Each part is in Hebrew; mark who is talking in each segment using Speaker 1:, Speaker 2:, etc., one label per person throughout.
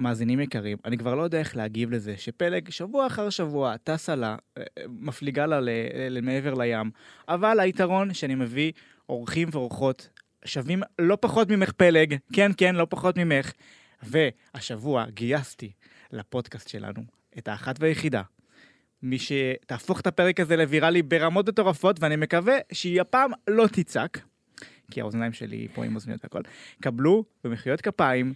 Speaker 1: מאזינים יקרים, אני כבר לא יודע איך להגיב לזה שפלג שבוע אחר שבוע טסה לה, אה, אה, מפליגה לה ל- אה, למעבר לים, אבל היתרון שאני מביא אורחים ואורחות שווים לא פחות ממך פלג, כן כן, לא פחות ממך, והשבוע גייסתי לפודקאסט שלנו את האחת והיחידה. מי שתהפוך את הפרק הזה לוויראלי ברמות מטורפות, ואני מקווה שהיא הפעם לא תצעק, כי האוזניים שלי פה עם אוזניות והכל. קבלו במחיאות כפיים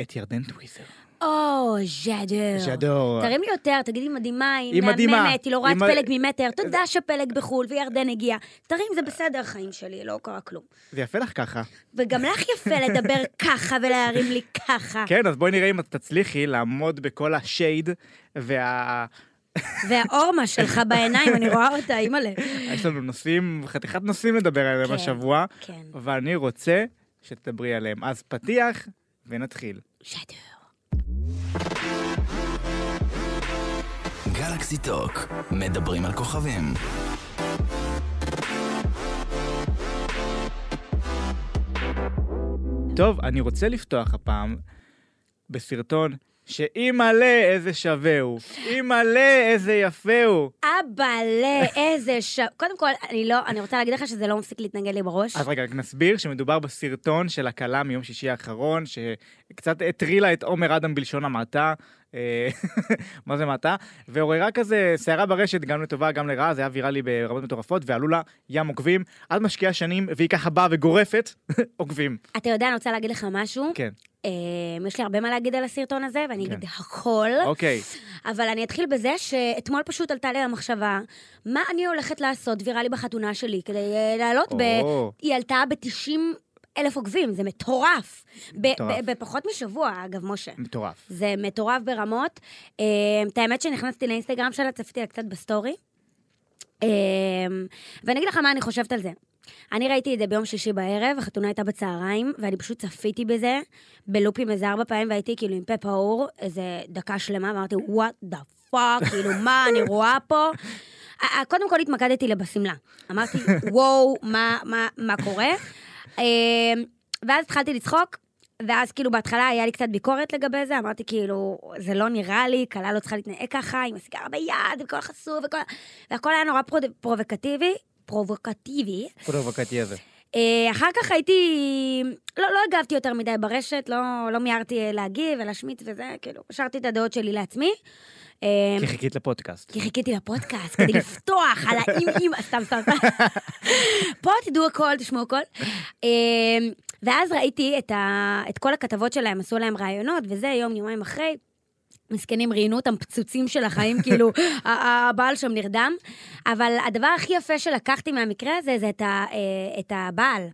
Speaker 1: את ירדן טוויזר.
Speaker 2: או, ז'אדור.
Speaker 1: ז'אדור.
Speaker 2: תרים לי יותר, תגיד, היא מדהימה, היא
Speaker 1: היא מדהימה.
Speaker 2: מהממת, היא לא רואה את
Speaker 1: היא מ- אה,
Speaker 2: פלג ממטר, תודה שפלג בחו"ל וירדן הגיע. תרים, זה בסדר, חיים שלי, לא קרה כלום.
Speaker 1: זה יפה לך ככה.
Speaker 2: וגם לך יפה לדבר ככה ולהרים לי ככה.
Speaker 1: כן, אז בואי נראה אם את תצליחי לעמוד בכל השייד, וה...
Speaker 2: והאורמה שלך בעיניים, אני רואה אותה, אימא'לה.
Speaker 1: יש לנו נושאים, חתיכת נושאים לדבר עליהם
Speaker 2: כן.
Speaker 1: השבוע,
Speaker 2: כן,
Speaker 1: ואני רוצה שתדברי עליהם. אז פתיח ונתחיל.
Speaker 2: ז'אדור.
Speaker 3: גלקסי טוק, מדברים על כוכבים.
Speaker 1: טוב, אני רוצה לפתוח הפעם בסרטון שאימא'לה איזה שווה הוא, אימא'לה איזה יפה הוא.
Speaker 2: אבאלה, איזה ש... קודם כל, אני לא, אני רוצה להגיד לך שזה לא מפסיק להתנגן לי בראש.
Speaker 1: אז רגע, רק נסביר שמדובר בסרטון של הכלה מיום שישי האחרון, שקצת הטרילה את עומר אדם בלשון המעטה. אה, מה זה מעטה? ועוררה כזה סערה ברשת, גם לטובה, גם לרעה, זה היה ויראלי ברמות מטורפות, ועלו לה ים עוקבים. את משקיעה שנים, והיא ככה באה וגורפת עוקבים.
Speaker 2: אתה יודע, אני רוצה להגיד לך משהו.
Speaker 1: כן,
Speaker 2: אמ, יש לי הרבה מה להגיד על הסרטון הזה, ואני
Speaker 1: כן.
Speaker 2: אגיד הכל.
Speaker 1: אוקיי.
Speaker 2: אבל אני אתחיל בזה שאתמול פשוט עלתה לי המחשבה, מה אני הולכת לעשות ויראלי בחתונה שלי כדי אה, לעלות ב...
Speaker 1: או,
Speaker 2: היא עלתה ב-90 אלף עוקבים, זה מטורף. ב-
Speaker 1: מטורף.
Speaker 2: ב- בפחות משבוע, אגב, משה.
Speaker 1: מטורף.
Speaker 2: זה מטורף ברמות. אה, את האמת שנכנסתי לאינסטגרם שלה, צפיתי לה קצת בסטורי. אה, ואני אגיד לך מה אני חושבת על זה. אני ראיתי את זה ביום שישי בערב, החתונה הייתה בצהריים, ואני פשוט צפיתי בזה בלופים איזה ארבע פעמים, והייתי כאילו עם פה פעור איזה דקה שלמה, ואמרתי, וואט דה פאק, כאילו, מה אני רואה פה? ה- ה- קודם כל התמקדתי לי בשמלה. אמרתי, וואו, מה, מה, מה קורה? אה, ואז התחלתי לצחוק, ואז כאילו בהתחלה היה לי קצת ביקורת לגבי זה, אמרתי כאילו, זה לא נראה לי, כלה לא צריכה להתנהג ככה, עם הסיגרה ביד, וכל החשוף, וכל... והכל היה נורא פרו... פרובוקטיבי, פרובוקטיבי.
Speaker 1: פרובוקטי הזה.
Speaker 2: אה, אחר כך הייתי, לא, לא הגבתי יותר מדי ברשת, לא, לא מיהרתי אה, להגיב ולהשמיץ וזה, כאילו, השארתי את הדעות שלי לעצמי. אה,
Speaker 1: כי חיכית לפודקאסט.
Speaker 2: כי חיכיתי לפודקאסט כדי לפתוח על האם אם, סתם סתם סתם. פה תדעו הכל, תשמעו הכל. אמ, ואז ראיתי את, ה... את כל הכתבות שלהם, עשו להם ראיונות, וזה יום, יומיים אחרי. מסכנים ראיינו אותם פצוצים של החיים, כאילו, ה- ה- הבעל שם נרדם. אבל הדבר הכי יפה שלקחתי מהמקרה הזה, זה את, ה... אה, את הבעל,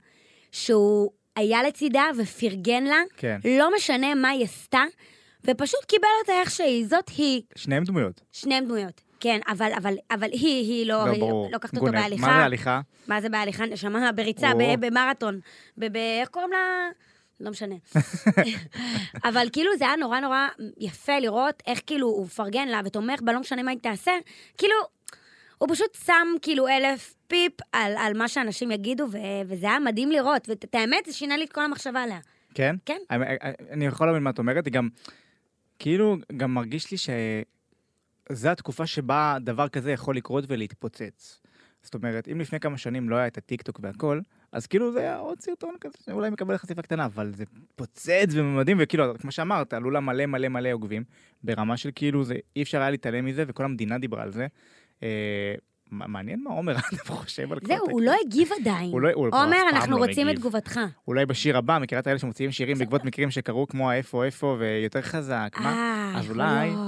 Speaker 2: שהוא היה לצידה ופרגן לה,
Speaker 1: כן.
Speaker 2: לא משנה מה היא עשתה, ופשוט קיבל אותה איך שהיא, זאת היא.
Speaker 1: שניהם דמויות.
Speaker 2: שניהם דמויות. כן, אבל, אבל, אבל היא, היא לא,
Speaker 1: גם
Speaker 2: היא
Speaker 1: ברור.
Speaker 2: לוקחת אותו
Speaker 1: גונב.
Speaker 2: בהליכה.
Speaker 1: מה זה הליכה?
Speaker 2: מה זה בהליכה? נשמה, בריצה,
Speaker 1: או.
Speaker 2: ב- במרתון. ב- ב- איך קוראים לה? לא משנה. אבל כאילו זה היה נורא נורא יפה לראות איך כאילו הוא מפרגן לה ותומך בה, לא משנה מה היא תעשה. כאילו, הוא פשוט שם כאילו אלף פיפ על, על מה שאנשים יגידו, ו- וזה היה מדהים לראות. ואת האמת, זה שינה לי את כל המחשבה עליה.
Speaker 1: כן?
Speaker 2: כן.
Speaker 1: אני, אני יכול להבין מה את אומרת, היא גם, כאילו, גם מרגיש לי שזו התקופה שבה דבר כזה יכול לקרות ולהתפוצץ. זאת אומרת, אם לפני כמה שנים לא היה את הטיקטוק והכל, אז כאילו זה היה עוד סרטון כזה שאולי מקבל חשיפה קטנה, אבל זה פוצץ בממדים, וכאילו, כמו שאמרת, עלו לה מלא מלא מלא עוקבים, ברמה של כאילו, זה, אי אפשר היה להתעלם מזה, וכל המדינה דיברה על זה. אה, מע- מעניין מה עומר אדם חושב על כל
Speaker 2: זהו,
Speaker 1: זה.
Speaker 2: הוא לא הגיב עדיין.
Speaker 1: הוא לא- הוא כבר
Speaker 2: עומר,
Speaker 1: אף פעם
Speaker 2: אנחנו
Speaker 1: לא
Speaker 2: רוצים את
Speaker 1: מגיב.
Speaker 2: תגובתך.
Speaker 1: אולי בשיר הבא, מכירה את האלה שמוציאים שירים בעקבות מקרים שקרו כמו האיפה איפה ויותר חזק, מה?
Speaker 2: אה,
Speaker 1: אז
Speaker 2: יכול
Speaker 1: אולי-
Speaker 2: להיות.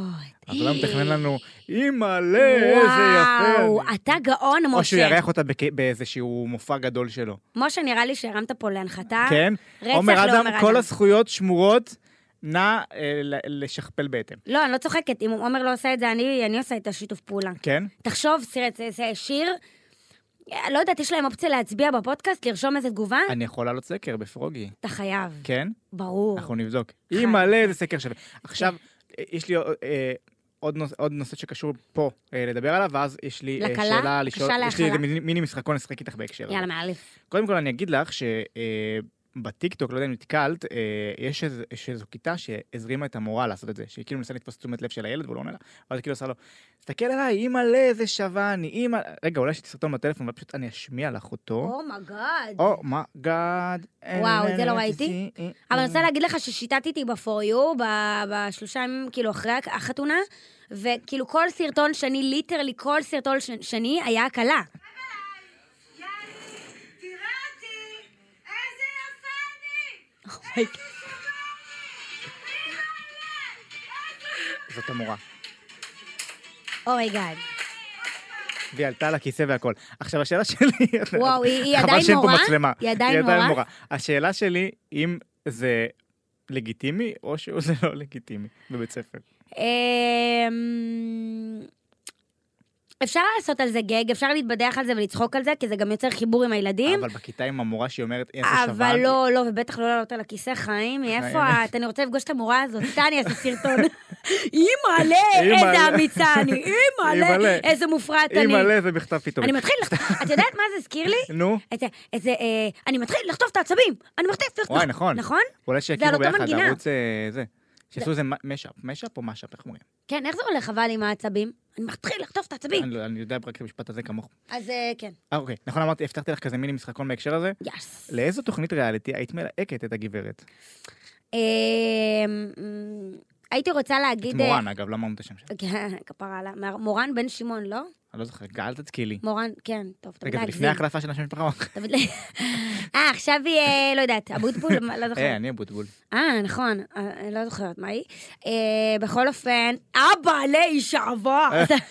Speaker 1: אז אולי הוא מתכנן לנו, אימא'לה, איזה יפה.
Speaker 2: וואו, אה,
Speaker 1: אני."
Speaker 2: אתה גאון,
Speaker 1: או שהוא
Speaker 2: משה.
Speaker 1: יארח אותה בכ- באיזשהו מופע גדול שלו.
Speaker 2: משה, נראה לי שהרמת פה להנחתה.
Speaker 1: כן?
Speaker 2: אה, רצח לא
Speaker 1: עומר
Speaker 2: לעומר
Speaker 1: אדם, כל הזכויות שמורות, נא אה, ל- לשכפל בהתאם.
Speaker 2: לא, אני לא צוחקת. אם עומר לא עושה את זה, אני אני עושה את השיתוף פעולה.
Speaker 1: כן?
Speaker 2: תחשוב, סרט, זה- זה שיר, אה, לא יודעת, יש להם אופציה להצביע בפודקאסט, לרשום איזה תגובה?
Speaker 1: אני יכול לעלות סקר בפרוגי,
Speaker 2: אתה חייב,
Speaker 1: כן?
Speaker 2: ברור.
Speaker 1: אנחנו נבדוק. אימא'לה, איזה סקר שווה. עכשיו, אה, יש לי אה, עוד נוס- עוד נושא שקשור פה אה, לדבר עליו, ואז יש לי אה,
Speaker 2: לקלה?
Speaker 1: שאלה
Speaker 2: קשה
Speaker 1: לשאול. יש לי
Speaker 2: להכלה?
Speaker 1: איזה מיני מיני משחקון לשחק איתך בהקשר הזה.
Speaker 2: יאללה, מאלף.
Speaker 1: קודם כל אני אגיד לך ש... אה, בטיקטוק, לא יודע אם נתקלת, אה, יש איז- יש איזו כיתה שהזרימה את המורה לעשות את זה, שהיא כאילו מנסה לתפוס תשומת לב של הילד והוא לא עונה לה, ואז היא כאילו עושה לו, תסתכל עליי, אימא'לה, איזה שווה אני, אימא... רגע, אולי יש לי סרטון בטלפון, אבל פשוט אני אשמיע לך אותו.
Speaker 2: Oh
Speaker 1: Oh
Speaker 2: אומייגאד.
Speaker 1: או מה גאד.
Speaker 2: אוקיי. וואו, את זה לא ראיתי. אבל אני רוצה להגיד לך ששיטטתי ב-for you ב- בשלושה ימים, כאילו, אחרי הח- החתונה, וכאילו כל סרטון שני, ליטרלי כל סרטון ש- שני היה הקלה.
Speaker 4: תראה אותי! איזה יפה אני!
Speaker 2: Oh
Speaker 1: זאת המורה.
Speaker 2: אומייגאד.
Speaker 1: והיא עלתה על הכיסא והכל. עכשיו, השאלה שלי...
Speaker 2: וואו, היא- היא
Speaker 1: חבל
Speaker 2: עדיין
Speaker 1: שאין פה
Speaker 2: מורה?
Speaker 1: מצלמה.
Speaker 2: היא עדיין מורה?
Speaker 1: השאלה שלי, אם זה לגיטימי, או שזה לא לגיטימי בבית ספר.
Speaker 2: אמ, אפשר לעשות על זה גג, אפשר להתבדח על זה ולצחוק על זה, כי זה גם יוצר חיבור עם הילדים.
Speaker 1: אבל בכיתה עם המורה שהיא אומרת איזה שווה.
Speaker 2: אבל
Speaker 1: אני".
Speaker 2: לא, לא, ובטח לא לעלות על הכיסא, חיים, מאיפה את? אני רוצה לפגוש את המורה הזאת, איתה אני אעשה סרטון. אימא'לה,
Speaker 1: אימא'לה.
Speaker 2: איזה אמיצה אני,
Speaker 1: אימא'לה.
Speaker 2: אימא'לה, איזה מופרעת אני.
Speaker 1: אימא'לה זה בכתב פתאום.
Speaker 2: אני מתחיל לחטוף, את יודעת מה זה הזכיר לי?
Speaker 1: נו,
Speaker 2: את זה- את זה, אה, אני מתחיל לחטוף את העצבים, אני מתחיל לחטוף.
Speaker 1: וואי, נכון.
Speaker 2: נכון?
Speaker 1: אולי
Speaker 2: זה על
Speaker 1: שיקימו
Speaker 2: אותו
Speaker 1: ביחד
Speaker 2: מנגינה.
Speaker 1: ערוץ אה, זה. שיעשו איזה מ- משאפ, משאפ או משאפ, איך אומרים?
Speaker 2: כן, איך זה הולך אבל עם העצבים? אני מתחיל לחטוף את העצבים.
Speaker 1: אני לא- אני יודע רק את המשפט הזה כמוך.
Speaker 2: אז אה, כן,
Speaker 1: אה, אוקיי. נכון, אמרתי, הבטחתי לך כזה מיני משחקון בהקשר הזה?
Speaker 2: יס.
Speaker 1: לאיזו תוכנית ריאליטי היית מלהקת את הגברת?
Speaker 2: אמ, הייתי רוצה
Speaker 1: את
Speaker 2: להגיד...
Speaker 1: מורן, אגב, לא אמרנו את השם שלה.
Speaker 2: כן, כפרה עלה. מורן בן שמעון, לא?
Speaker 1: אני לא זוכר, גל תצקילי.
Speaker 2: מורן, כן, טוב, אתה
Speaker 1: רגע, זה
Speaker 2: מבין
Speaker 1: לפני ההחלפה של השם משפחה?
Speaker 2: אתה מבין- אה, עכשיו היא, אה, לא יודעת, אבוטבול, מה, לא
Speaker 1: אה,
Speaker 2: זוכרת.
Speaker 1: אני אבוטבול.
Speaker 2: אה, נכון, אה, לא זוכרת מה היא. אה, בכל אופן, אה, אבא לאיש עבר.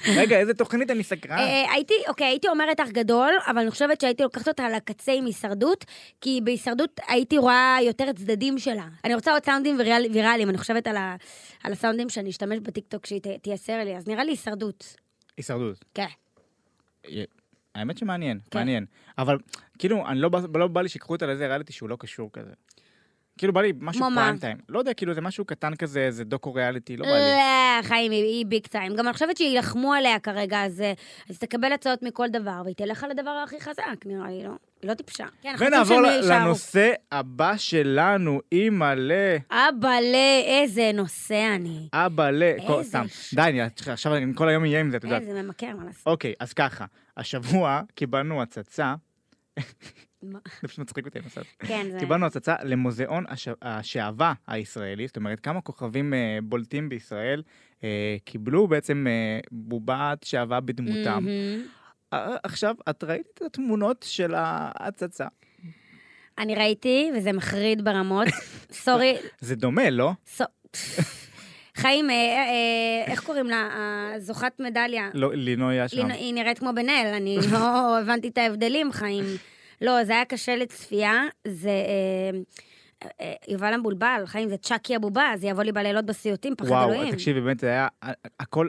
Speaker 1: רגע, איזה תוכנית אני סקרן?
Speaker 2: אה, הייתי, אוקיי, הייתי אומרת אח גדול, אבל אני חושבת שהייתי לוקחת אותה לקצה עם הישרדות, כי בהישרדות הייתי רואה יותר צדדים שלה. אני רוצה עוד סאונדים ויראל- ויראליים, אני חושבת על ה- על הסאונדים שאני אשתמש בטיקטוק שהיא ת- תייסר לי, אז נראה לי הישרדות.
Speaker 1: הישרדות.
Speaker 2: כן.
Speaker 1: אה, האמת שמעניין,
Speaker 2: כן.
Speaker 1: מעניין. אבל כאילו, אני לא בא- לא בא לי שיקחו אותה לאיזה ריאליטי שהוא לא קשור כזה. כאילו בא לי משהו
Speaker 2: כמו מה?
Speaker 1: פריים טיים. לא יודע, כאילו זה משהו קטן כזה, איזה דוקו ריאליטי, לא בא לי.
Speaker 2: לא, חיים, היא- היא ביג טיים. גם אני חושבת שיילחמו עליה כרגע, אז אה, אז תקבל הצעות מכל דבר, והיא תלך על הדבר הכי חזק, נראה לי, לא? היא לא טיפשה. כן, אנחנו רוצים
Speaker 1: ונעבור
Speaker 2: שהם
Speaker 1: ל-
Speaker 2: יישארו.
Speaker 1: לנושא הבא שלנו, אימא'לה,
Speaker 2: אבא ל... איזה נושא אני.
Speaker 1: אבא'לה, כל-
Speaker 2: איזה
Speaker 1: סתם.
Speaker 2: ש-
Speaker 1: די, אני- עכשיו אני כל היום אהיה עם זה, את יודעת.
Speaker 2: איזה ממכר, מה לעשות?
Speaker 1: אוקיי, אז ככה, השבוע קיבלנו הצצה,
Speaker 2: מה?
Speaker 1: זה פשוט מצחיק אותי הנושא הזה.
Speaker 2: כן, זה...
Speaker 1: קיבלנו הצצה למוזיאון הש... השעווה הישראלי, זאת אומרת, כמה כוכבים אה, בולטים בישראל אה, קיבלו בעצם אה, בובת שעווה בדמותם.
Speaker 2: מהמם.
Speaker 1: אה, עכשיו, את ראית את התמונות של ההצצה.
Speaker 2: אני ראיתי, וזה מחריד ברמות. סורי,
Speaker 1: זה דומה, לא?
Speaker 2: סו... חיים, אה, אה, איך קוראים לה? זוכת מדליה.
Speaker 1: לא, לינוי היה שם.
Speaker 2: לי- היא נראית כמו בן אל, אני לא הבנתי את ההבדלים, חיים. לא, זה היה קשה לצפייה, זה... אה, אה, יובל המבולבל, חיים, זה צ'אקי הבובה, זה יבוא לי בלילות בסיוטים, פחד
Speaker 1: וואו,
Speaker 2: אלוהים.
Speaker 1: תקשיבי, באמת, זה היה ה- הכל,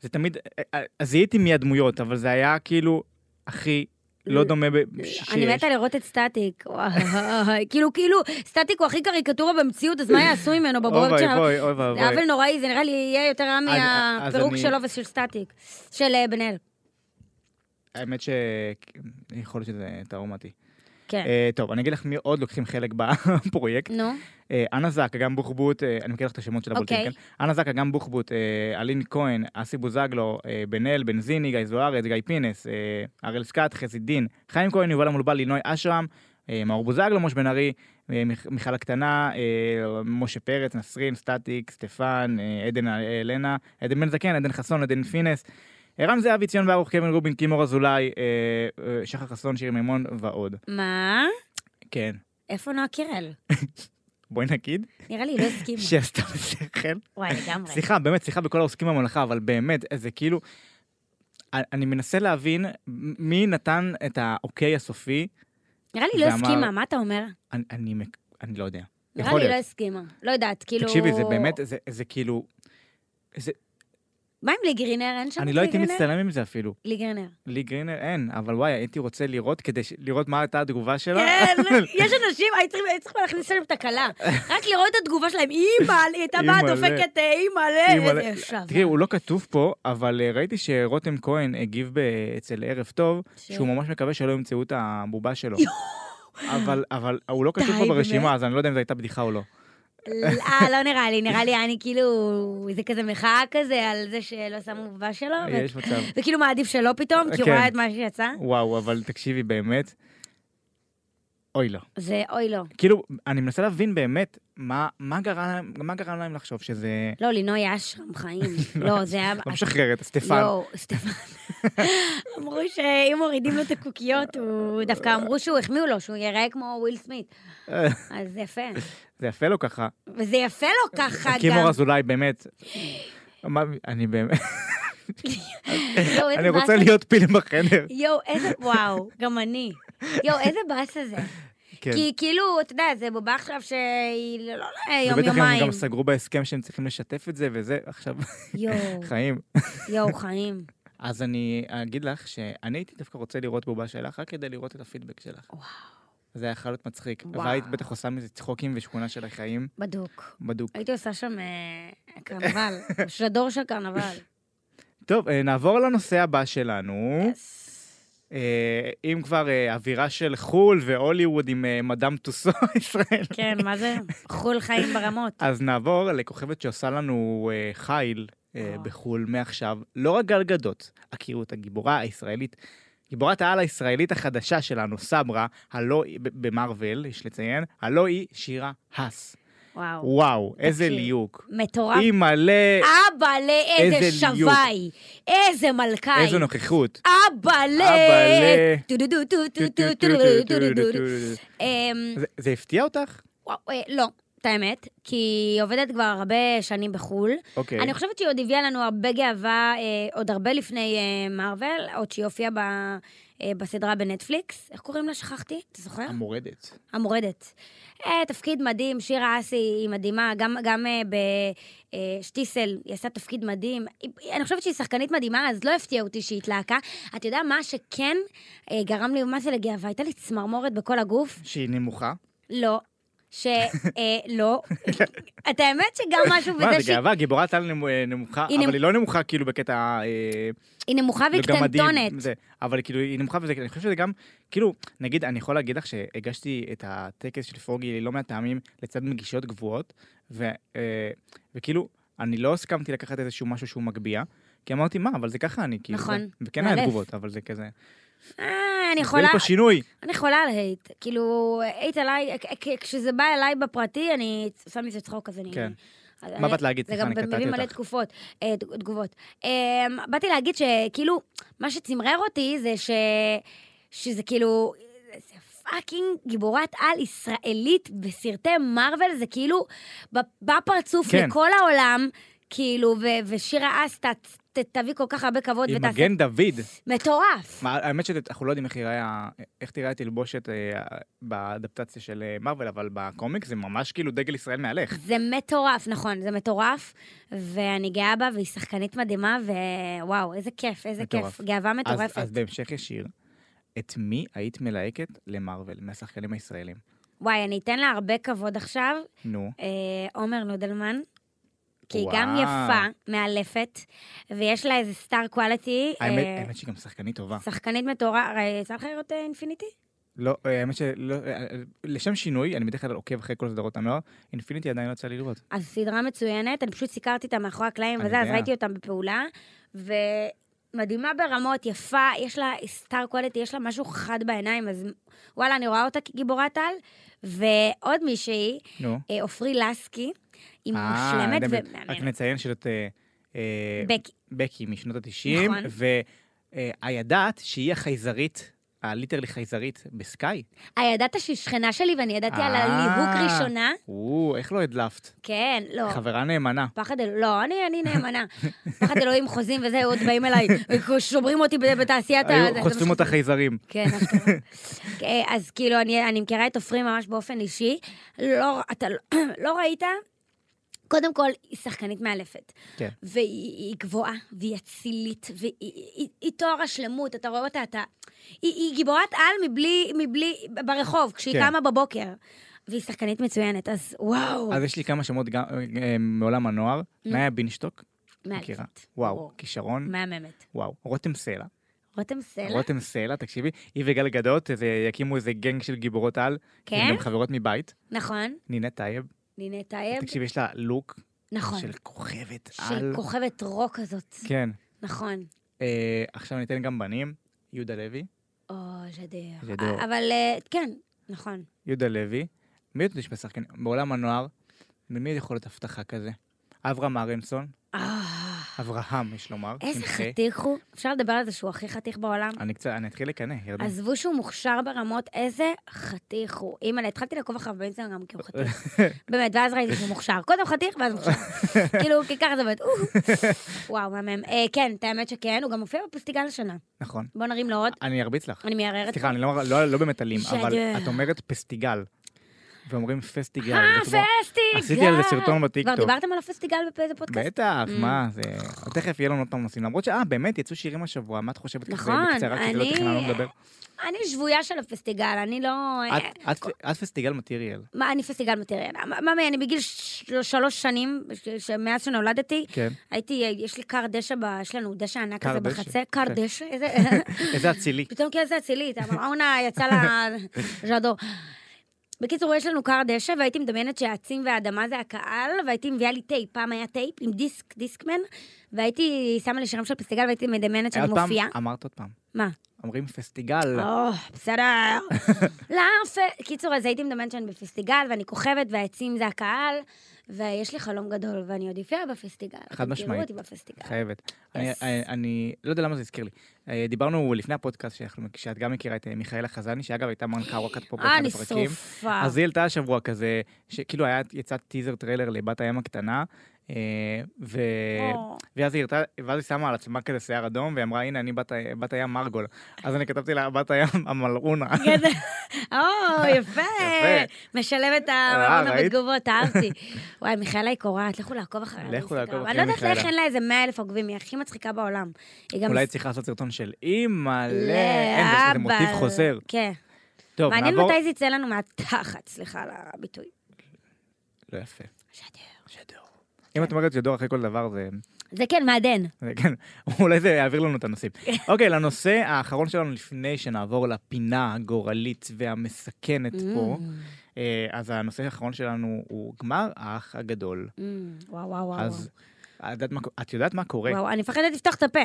Speaker 1: זה תמיד, אה, אה, זיהיתי מהדמויות, אבל זה היה כאילו הכי לא
Speaker 2: ל-
Speaker 1: דומה ב- שיש.
Speaker 2: אני מתה לראות את סטטיק, וואי, כאילו, כאילו, סטטיק הוא הכי קריקטורה במציאות, אז מה יעשו ממנו בבורות
Speaker 1: אוי
Speaker 2: שלנו?
Speaker 1: ואבוי, אוי
Speaker 2: זה
Speaker 1: ואבוי.
Speaker 2: עוול נוראי, זה נראה לי יהיה יותר רע
Speaker 1: אז- אז
Speaker 2: מהפירוק
Speaker 1: אני-
Speaker 2: שלו ושל סטטיק, של אה, בן אל.
Speaker 1: האמת ש... יכול להיות שזה טראומטי.
Speaker 2: כן. אוקיי.
Speaker 1: אה, טוב, אני אגיד לך מי עוד לוקחים חלק בפרויקט.
Speaker 2: נו,
Speaker 1: אה, אנה זק, אגם בוחבוט, אה, אני מכיר לך את השמות של הבולטים,
Speaker 2: אוקיי.
Speaker 1: כן? אנה זק, אגם בוחבוט, אה, אלין כהן, אסי בוזגלו, אה, בן אל, בן זיני, גיא זוארץ, גיא פינס, אה, הראל סקאט, חזי דין, חיים כהן, יובל המולבל, לינוי אשרם, אה, מאור בוזגלו, מוש בן ארי, אה, מיכ- מיכל הקטנה, אה, משה פרץ, נסרין, סטטיק, סטפן, אה, עדן אה, אלנה, עדן בן זקן, עדן חסון, עדן פינס. ערן זהבי, ציון ברוך, קווין רובין, קימור אזולאי, אה, אה, שחר חסון, שירי מימון ועוד.
Speaker 2: מה?
Speaker 1: כן.
Speaker 2: איפה נועה קירל?
Speaker 1: בואי נגיד
Speaker 2: נראה לי היא לא הסכימה.
Speaker 1: שעשתה שכל
Speaker 2: וואי, לגמרי.
Speaker 1: סליחה, באמת, סליחה בכל העוסקים במלאכה, אבל באמת, זה כאילו... אני- אני מנסה להבין מי נתן את האוקיי הסופי.
Speaker 2: נראה לי היא לא
Speaker 1: ואמר-
Speaker 2: הסכימה, מה אתה אומר?
Speaker 1: אני, אני, מק- אני לא יודע.
Speaker 2: נראה
Speaker 1: יכול
Speaker 2: לי היא לא
Speaker 1: להיות.
Speaker 2: הסכימה. לא יודעת, כאילו...
Speaker 1: תקשיבי, זה באמת, זה, זה כאילו...
Speaker 2: מה עם לי גרינר? אין שם את
Speaker 1: אני
Speaker 2: לי
Speaker 1: לא הייתי
Speaker 2: גרינר?
Speaker 1: מצטלם עם זה אפילו.
Speaker 2: לי גרינר.
Speaker 1: לי גרינר אין, אבל וואי, הייתי רוצה לראות כדי ש- לראות מה הייתה התגובה שלה.
Speaker 2: כן, יש אנשים, הייתי צריכה- הייתי צריכה להכניס להם תקלה. רק לראות את התגובה שלהם, אימא, היא הייתה באה
Speaker 1: אימא'לה.
Speaker 2: דופקת אה, אימא,
Speaker 1: אימא,
Speaker 2: ל...
Speaker 1: לא-
Speaker 2: איזה שווה.
Speaker 1: תראי, הוא לא כתוב פה, אבל אה, ראיתי שרותם כהן הגיב ב- אצל ערב טוב,
Speaker 2: ש-
Speaker 1: שהוא ממש מקווה שלא ימצאו את הבובה שלו. אבל, אבל הוא לא כתוב
Speaker 2: די,
Speaker 1: פה
Speaker 2: באמת?
Speaker 1: ברשימה, אז אני לא יודע אם זו הייתה בדיחה או לא.
Speaker 2: אה, לא נראה לי, נראה לי אני כאילו, זה כזה מחאה כזה על זה שלא שמו בבא שלו, ו-
Speaker 1: יש מצב.
Speaker 2: וכאילו מעדיף שלא פתאום, כי הוא
Speaker 1: כן.
Speaker 2: ראה את מה שיצא.
Speaker 1: וואו, אבל תקשיבי, באמת, אוי לא.
Speaker 2: זה אוי לא.
Speaker 1: כאילו, אני מנסה להבין באמת מה, מה, גרם, להם- מה גרם להם לחשוב שזה...
Speaker 2: לא, לינוי אשרם חיים. לא, זה היה...
Speaker 1: לא משחררת, סטפן.
Speaker 2: לא, סטפן. אמרו שאם מורידים לו את הקוקיות, הוא דווקא אמרו שהוא החמיאו לו, שהוא ייראה כמו וויל סמית. אז זה יפה.
Speaker 1: זה יפה לו ככה.
Speaker 2: וזה יפה לו ככה גם.
Speaker 1: קימור אזולאי, באמת. מה- אני באמת,
Speaker 2: יואו, איזה
Speaker 1: אני רוצה
Speaker 2: באסה.
Speaker 1: להיות פיל בחדר.
Speaker 2: יואו, איזה... וואו, גם אני. יואו, איזה באסה זה.
Speaker 1: כן.
Speaker 2: כי כאילו, אתה יודע, זה בובה עכשיו שהיא לא- לא לא, יום
Speaker 1: ובטח הם
Speaker 2: יומיים.
Speaker 1: גם סגרו בהסכם שהם צריכים לשתף את זה, וזה עכשיו
Speaker 2: יואו,
Speaker 1: חיים.
Speaker 2: יואו, חיים.
Speaker 1: אז אני אגיד לך שאני הייתי דווקא רוצה לראות בובה שלך, רק כדי לראות את הפידבק שלך.
Speaker 2: וואו.
Speaker 1: זה היה יכול להיות מצחיק.
Speaker 2: וואו.
Speaker 1: אבל היית בטח עושה מזה צחוקים ושכונה של החיים,
Speaker 2: בדוק.
Speaker 1: בדוק.
Speaker 2: הייתי עושה שם אה, קרנבל, של הדור של קרנבל.
Speaker 1: טוב, אה, נעבור לנושא הבא שלנו.
Speaker 2: יס.
Speaker 1: אה, אם כבר אה, אווירה של חו"ל והוליווד עם אה, מדאם טוסו ישראל,
Speaker 2: כן, מה זה? חול חיים ברמות.
Speaker 1: אז נעבור לכוכבת שעושה לנו אה, חיל אה,
Speaker 2: וואו.
Speaker 1: בחו"ל מעכשיו. לא רק גל גדות, הכירו את הגיבורה הישראלית, גיבורת העל הישראלית החדשה שלנו, סברה, הלא היא, ב- במארוול, יש לציין, הלא היא שירה האס.
Speaker 2: וואו.
Speaker 1: וואו, איזה
Speaker 2: תקשיב.
Speaker 1: ליהוק.
Speaker 2: מטורף.
Speaker 1: היא מלא,
Speaker 2: אבא ל... איזה
Speaker 1: איזה
Speaker 2: שווה היא. איזה מלכה היא.
Speaker 1: איזו נוכחות.
Speaker 2: אבא ל...
Speaker 1: אבא ל-
Speaker 2: טו דו דו טו טו טו טו טו טו טו טו. אמ,
Speaker 1: זה- זה הפתיע אותך?
Speaker 2: וואו, אה, לא, את האמת, כי היא עובדת כבר הרבה שנים בחו"ל.
Speaker 1: אוקיי.
Speaker 2: אני חושבת שהיא עוד הביאה לנו הרבה גאווה, אה, עוד הרבה לפני אה, מארוול, עוד שהיא הופיעה ב- אה, בסדרה בנטפליקס. איך קוראים לה? שכחתי, אתה זוכר?
Speaker 1: המורדת.
Speaker 2: המורדת. אה, תפקיד מדהים, שירה אסי היא מדהימה, גם, גם אה, בשטיסל היא עשתה תפקיד מדהים. היא- אני חושבת שהיא שחקנית מדהימה, אז לא הפתיע אותי שהיא התלהקה. אתה יודע מה שכן אה, גרם לי, מה זה לגאווה? הייתה לי צמרמורת בכל הגוף?
Speaker 1: שהיא נמוכה.
Speaker 2: לא. ש... אה, לא. את האמת שגם משהו
Speaker 1: מה,
Speaker 2: בזה
Speaker 1: זה
Speaker 2: שהיא
Speaker 1: גאווה, גיבורת על נמו- אה, נמוכה,
Speaker 2: היא נמ-
Speaker 1: אבל היא לא נמוכה כאילו בקטע... אה,
Speaker 2: היא נמוכה והיא
Speaker 1: גמדים,
Speaker 2: קטנטונת.
Speaker 1: זה, אבל כאילו היא נמוכה וזה, אני חושב שזה גם, כאילו, נגיד, אני יכול להגיד לך שהגשתי את הטקס של פרוגי לא מעט פעמים לצד מגישות גבוהות, ו, אה, וכאילו, אני לא הסכמתי לקחת איזשהו משהו שהוא מגביה, כי אמרתי, מה, אבל זה ככה אני, כאילו.
Speaker 2: נכון,
Speaker 1: זה- וכן היה
Speaker 2: מאלף.
Speaker 1: תגובות, אבל זה כזה.
Speaker 2: אה,
Speaker 1: זה
Speaker 2: אני
Speaker 1: לי
Speaker 2: יכולה...
Speaker 1: פה שינוי.
Speaker 2: אני חולה על הייט. כאילו, הייט עליי, כ- כ- כשזה בא אליי בפרטי, אני צ- שם מזה צחוק, אז אני...
Speaker 1: כן.
Speaker 2: אז
Speaker 1: מה
Speaker 2: אני-
Speaker 1: באת להגיד?
Speaker 2: זה
Speaker 1: סליחה,
Speaker 2: גם
Speaker 1: אני קטעתי
Speaker 2: מביא מלא
Speaker 1: אותך.
Speaker 2: תקופות, אה, ת- תגובות. אה, באתי להגיד שכאילו, מה שצמרר אותי זה ש... שזה כאילו... זה פאקינג גיבורת על ישראלית בסרטי מארוול, זה כאילו ב- בפרצוף
Speaker 1: כן.
Speaker 2: לכל העולם, כאילו, ו- ושירה אסת, ת- תביא כל כך הרבה כבוד
Speaker 1: עם
Speaker 2: ותעשה...
Speaker 1: מגן דוד.
Speaker 2: מטורף.
Speaker 1: מה, האמת שאנחנו לא יודעים איך יראה, ה- איך תראה התלבושת אה, באדפטציה של אה, מארוול, אבל בקומיקס זה ממש כאילו דגל ישראל מהלך.
Speaker 2: זה מטורף, נכון, זה מטורף, ואני גאה בה, והיא שחקנית מדהימה, ווואו, איזה כיף, איזה
Speaker 1: מטורף.
Speaker 2: כיף. גאווה
Speaker 1: אז,
Speaker 2: מטורפת.
Speaker 1: אז בהמשך ישיר, את מי היית מלהקת למארוול, מהשחקנים הישראלים?
Speaker 2: וואי, אני אתן לה הרבה כבוד עכשיו,
Speaker 1: נו,
Speaker 2: אה, עומר נודלמן, כי היא
Speaker 1: וואו.
Speaker 2: גם יפה, מאלפת, ויש לה איזה סטאר קואליטי.
Speaker 1: האמת, האמת שהיא גם שחקנית טובה.
Speaker 2: שחקנית מטורף, אה, יצא לך לראות אה, אינפיניטי?
Speaker 1: לא, אה, האמת שלא, אה, אה, לשם שינוי, אני בדרך כלל עוקב אחרי כל סדרות הנוער, אינפיניטי עדיין לא יצא לי לראות.
Speaker 2: אז סדרה מצוינת, אני פשוט סיקרתי אותה מאחורי הקלעים
Speaker 1: אני
Speaker 2: וזה, אז
Speaker 1: יודע.
Speaker 2: ראיתי אותם בפעולה, ומדהימה ברמות, יפה, יש לה סטאר קואליטי, יש לה משהו חד בעיניים, אז וואלה, אני רואה אותה כגיבורת על. ועוד מישהי,
Speaker 1: נו.
Speaker 2: אה, עופרי לסקי, היא
Speaker 1: אה,
Speaker 2: מושלמת
Speaker 1: אני יודע, רק
Speaker 2: ומהממת.
Speaker 1: נציין שזאת אה, אה,
Speaker 2: בקי.
Speaker 1: בקי משנות ה-90,
Speaker 2: נכון.
Speaker 1: והידעת שהיא החייזרית, הליטרלי חייזרית בסקאי?
Speaker 2: אה, ידעת שהיא שכנה שלי ואני ידעתי על
Speaker 1: אה.
Speaker 2: הליהוק ראשונה?
Speaker 1: או, איך לא הדלפת?
Speaker 2: כן, לא.
Speaker 1: חברה נאמנה.
Speaker 2: פחד אלוהים, לא, אני, אני נאמנה. פחד אלוהים חוזים וזה, עוד באים אליי, שומרים אותי בתעשיית ה... זה- זה
Speaker 1: היו
Speaker 2: מה
Speaker 1: חושפים אותה חייזרים.
Speaker 2: כן, אשכרה. אה, אז כאילו, אני, אני מכירה את עופרי ממש באופן אישי. לא, אתה לא- לא ראית? קודם כל, היא שחקנית מאלפת.
Speaker 1: כן.
Speaker 2: והיא היא גבוהה, והיא אצילית, והיא היא- היא- היא תואר השלמות, אתה רואה אותה, אתה... היא, היא גיבורת על מבלי, מבלי, ברחוב, כשהיא
Speaker 1: כן.
Speaker 2: קמה בבוקר. והיא שחקנית מצוינת, אז וואו.
Speaker 1: אז יש לי כמה שמות גם, אה, אה, מעולם הנוער. נאיה בינשטוק,
Speaker 2: מאלפת.
Speaker 1: מכירה.
Speaker 2: לא. ברור.
Speaker 1: וואו, כישרון.
Speaker 2: מהממת.
Speaker 1: וואו. רותם סלע.
Speaker 2: רותם סלע?
Speaker 1: רותם סלע, תקשיבי, היא וגל גדות, איזה- יקימו איזה גנג של גיבורות על.
Speaker 2: כן?
Speaker 1: הן גם חברות מבית,
Speaker 2: נכון.
Speaker 1: נינת טייב.
Speaker 2: נינה טייב.
Speaker 1: תקשיבי, יש לה לוק
Speaker 2: כן. נכון.
Speaker 1: של כוכבת על.
Speaker 2: של כוכבת רוק כזאת.
Speaker 1: כן.
Speaker 2: נכון.
Speaker 1: אה, עכשיו ניתן גם בנים, יהודה לוי.
Speaker 2: או, ז'דיר.
Speaker 1: ז'דיר.
Speaker 2: אבל אה, כן, נכון.
Speaker 1: יהודה לוי. מי עוד יש בשחקנים? בעולם הנוער, ממי יכול להיות הבטחה כזה? אברהם אהרנסון,
Speaker 2: אה,
Speaker 1: אברהם, יש לומר.
Speaker 2: איזה
Speaker 1: עם ח'.
Speaker 2: חתיך הוא. אפשר לדבר על זה שהוא הכי חתיך בעולם?
Speaker 1: אני קצת, אני אתחיל לקנא, ירדן.
Speaker 2: עזבו שהוא מוכשר ברמות, איזה חתיך הוא. אימא'לה, התחלתי לעקוב אחריו באינסטגרם גם כי הוא חתיך. באמת, ואז ראיתי שהוא מוכשר. קודם חתיך, ואז מוכשר. כאילו, כי ככה זה באמת, וואו, מהמם. אה, כן, את האמת שכן, הוא גם מופיע בפסטיגל השנה.
Speaker 1: נכון.
Speaker 2: בוא נרים לו עוד,
Speaker 1: אני ארביץ לך.
Speaker 2: אני מערערת.
Speaker 1: סליחה, אני לא- לא לא באמת אלים, אבל
Speaker 2: בסדר.
Speaker 1: את אומרת פסטיגל, ואומרים פסטיגל.
Speaker 2: אה,
Speaker 1: לא זה כמו-
Speaker 2: פסטיגל!
Speaker 1: עשיתי על זה סרטון בטיקטוק.
Speaker 2: כבר דיברתם על הפסטיגל באיזה פודקאסט?
Speaker 1: בטח, מה, זה... תכף יהיה לנו עוד פעם נושאים. למרות שאה, באמת, יצאו שירים השבוע, מה את חושבת כזה
Speaker 2: נכון,
Speaker 1: בקצרה, כי זה לא
Speaker 2: אני- אה,
Speaker 1: תכננו לדבר?
Speaker 2: אני שבויה של הפסטיגל, אני לא...
Speaker 1: את- את-
Speaker 2: אה,
Speaker 1: את פסטיגל מטיריאל.
Speaker 2: מה, אני פסטיגל מטריאל. ממי, אני בגיל של- שלוש שנים, ש- ש- מאז שנולדתי,
Speaker 1: כן.
Speaker 2: הייתי, יש לי כר דשא, ב- יש לנו דשא ענק
Speaker 1: כר
Speaker 2: כזה
Speaker 1: דשא,
Speaker 2: בחצר, כר
Speaker 1: כן.
Speaker 2: דשא, איזה...
Speaker 1: איזה אצילי.
Speaker 2: פתאום כאילו זה אצילית, המעונה יצא לה ז'אדו. בקיצור, יש לנו כר דשא, והייתי מדמיינת שהעצים והאדמה זה הקהל, והייתי מביאה לי טייפ, פעם היה טייפ עם דיסק, דיסקמן, והייתי שמה לי שירים של פסטיגל והייתי מדמיינת שאני
Speaker 1: עוד פעם,
Speaker 2: מופיעה.
Speaker 1: אמרת עוד פעם.
Speaker 2: מה?
Speaker 1: אומרים פסטיגל.
Speaker 2: או, בסדר. לא, פ- קיצור, אז הייתי מדמיינת שאני בפסטיגל, ואני כוכבת, והעצים זה הקהל, ויש לי חלום גדול, ואני עוד אופיע בפסטיגל.
Speaker 1: חד משמעית.
Speaker 2: תראו אותי בפסטיגל.
Speaker 1: חייבת. אני,
Speaker 2: Yes.
Speaker 1: אני, אני לא יודע למה זה הזכיר לי. אה, דיברנו לפני הפודקאסט, שאנחנו- שאת גם מכירה את אה, מיכאלה חזני, שאגב הייתה מנחה אורחת פה
Speaker 2: אה,
Speaker 1: באחד
Speaker 2: אני
Speaker 1: הפרקים.
Speaker 2: שרופה.
Speaker 1: אז היא העלתה השבוע כזה, שכאילו היה, יצא טיזר טריילר לבת הים הקטנה, אה, ו...
Speaker 2: או.
Speaker 1: ואז היא הרתה, ואז היא שמה על עצמה כזה שיער אדום, והיא אמרה, הנה, אני בת, ה- בת הים מרגול. אז אני כתבתי לה, בת הים המלאונה.
Speaker 2: גדל. או, יפה.
Speaker 1: יפה.
Speaker 2: משלב את
Speaker 1: אה,
Speaker 2: הארנונה
Speaker 1: ראית?
Speaker 2: בתגובות, אהבתי. וואי, מיכאלה היא קורעת, לכו לעקוב אחריה.
Speaker 1: לכו
Speaker 2: באינסטגרם.
Speaker 1: לעקוב אחרי
Speaker 2: אני לא יודעת
Speaker 1: מיכאלה.
Speaker 2: איך אין לה איזה 100 אלף עוקבים, היא הכי מצחיקה בעולם. היא גם...
Speaker 1: אולי צריך לעשות סרטון של אימא'לה,
Speaker 2: מלא,
Speaker 1: אין, זה- זה מוטיב
Speaker 2: אבל-
Speaker 1: חוזר.
Speaker 2: כן.
Speaker 1: טוב,
Speaker 2: מעניין
Speaker 1: נעבור...
Speaker 2: מתי זה יצא לנו מהתחת, סליחה על הביטוי.
Speaker 1: לא יפה.
Speaker 2: שדר.
Speaker 1: שדור. אם את אומרת שדור אחרי כל דבר זה...
Speaker 2: זה כן, מעדן.
Speaker 1: זה כן, אולי זה יעביר לנו את הנושאים. אוקיי, לנושא האחרון שלנו לפני שנעבור לפינה הגורלית והמסכנת פה,
Speaker 2: Mm.
Speaker 1: אה, אז הנושא האחרון שלנו הוא גמר האח הגדול.
Speaker 2: Mm, וואו, וואו, וואו.
Speaker 1: אז את יודעת מה- את יודעת מה קורה?
Speaker 2: וואו, אני מפחדת לפתוח את הפה.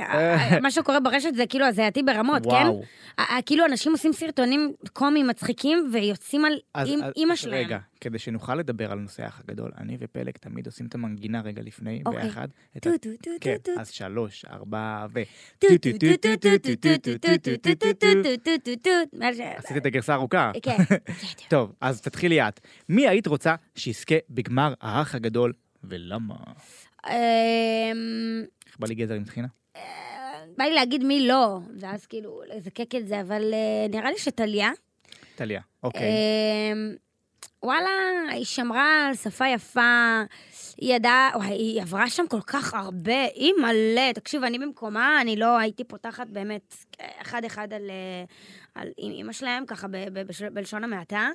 Speaker 2: מה שקורה ברשת זה כאילו הזייתי ברמות, כן?
Speaker 1: וואו.
Speaker 2: אה, אה, כאילו אנשים עושים סרטונים קומיים מצחיקים ויוצאים על
Speaker 1: אז-
Speaker 2: עם-
Speaker 1: אז-
Speaker 2: אימא שלהם.
Speaker 1: רגע, כדי שנוכל לדבר על נושא האח הגדול, אני ופלג תמיד עושים את המנגינה רגע לפני,
Speaker 2: אוקיי.
Speaker 1: ביחד. את
Speaker 2: טו,
Speaker 1: ה-
Speaker 2: טו, טו,
Speaker 1: כן,
Speaker 2: טו, טו.
Speaker 1: אז שלוש, ארבע, ו...
Speaker 2: טו, טו, טו, טו, טו, טו, טו, טו, טו, טו, טו, טו, טו, טו, טו, טו. מה ש-
Speaker 1: עשית את הגרסה הארוכה.
Speaker 2: כן.
Speaker 1: טוב, אז תתחילי את. מי היית רוצה שיזכה בגמר האח הגדול, ולמה?
Speaker 2: אמ, אה,
Speaker 1: איך בא לי גזר עם טחינה?
Speaker 2: בא לי להגיד מי לא, ואז כאילו לזקק את זה, אבל אה, נראה לי שטליה.
Speaker 1: טליה, אוקיי.
Speaker 2: אמ, וואלה, היא שמרה על שפה יפה, היא ידעה, וואי, היא עברה שם כל כך הרבה, היא מלא. תקשיב, אני במקומה, אני לא הייתי פותחת באמת אחד-אחד על, אה, על עם אימא שלהם, ככה ב, ב, בש, בלשון המעטה,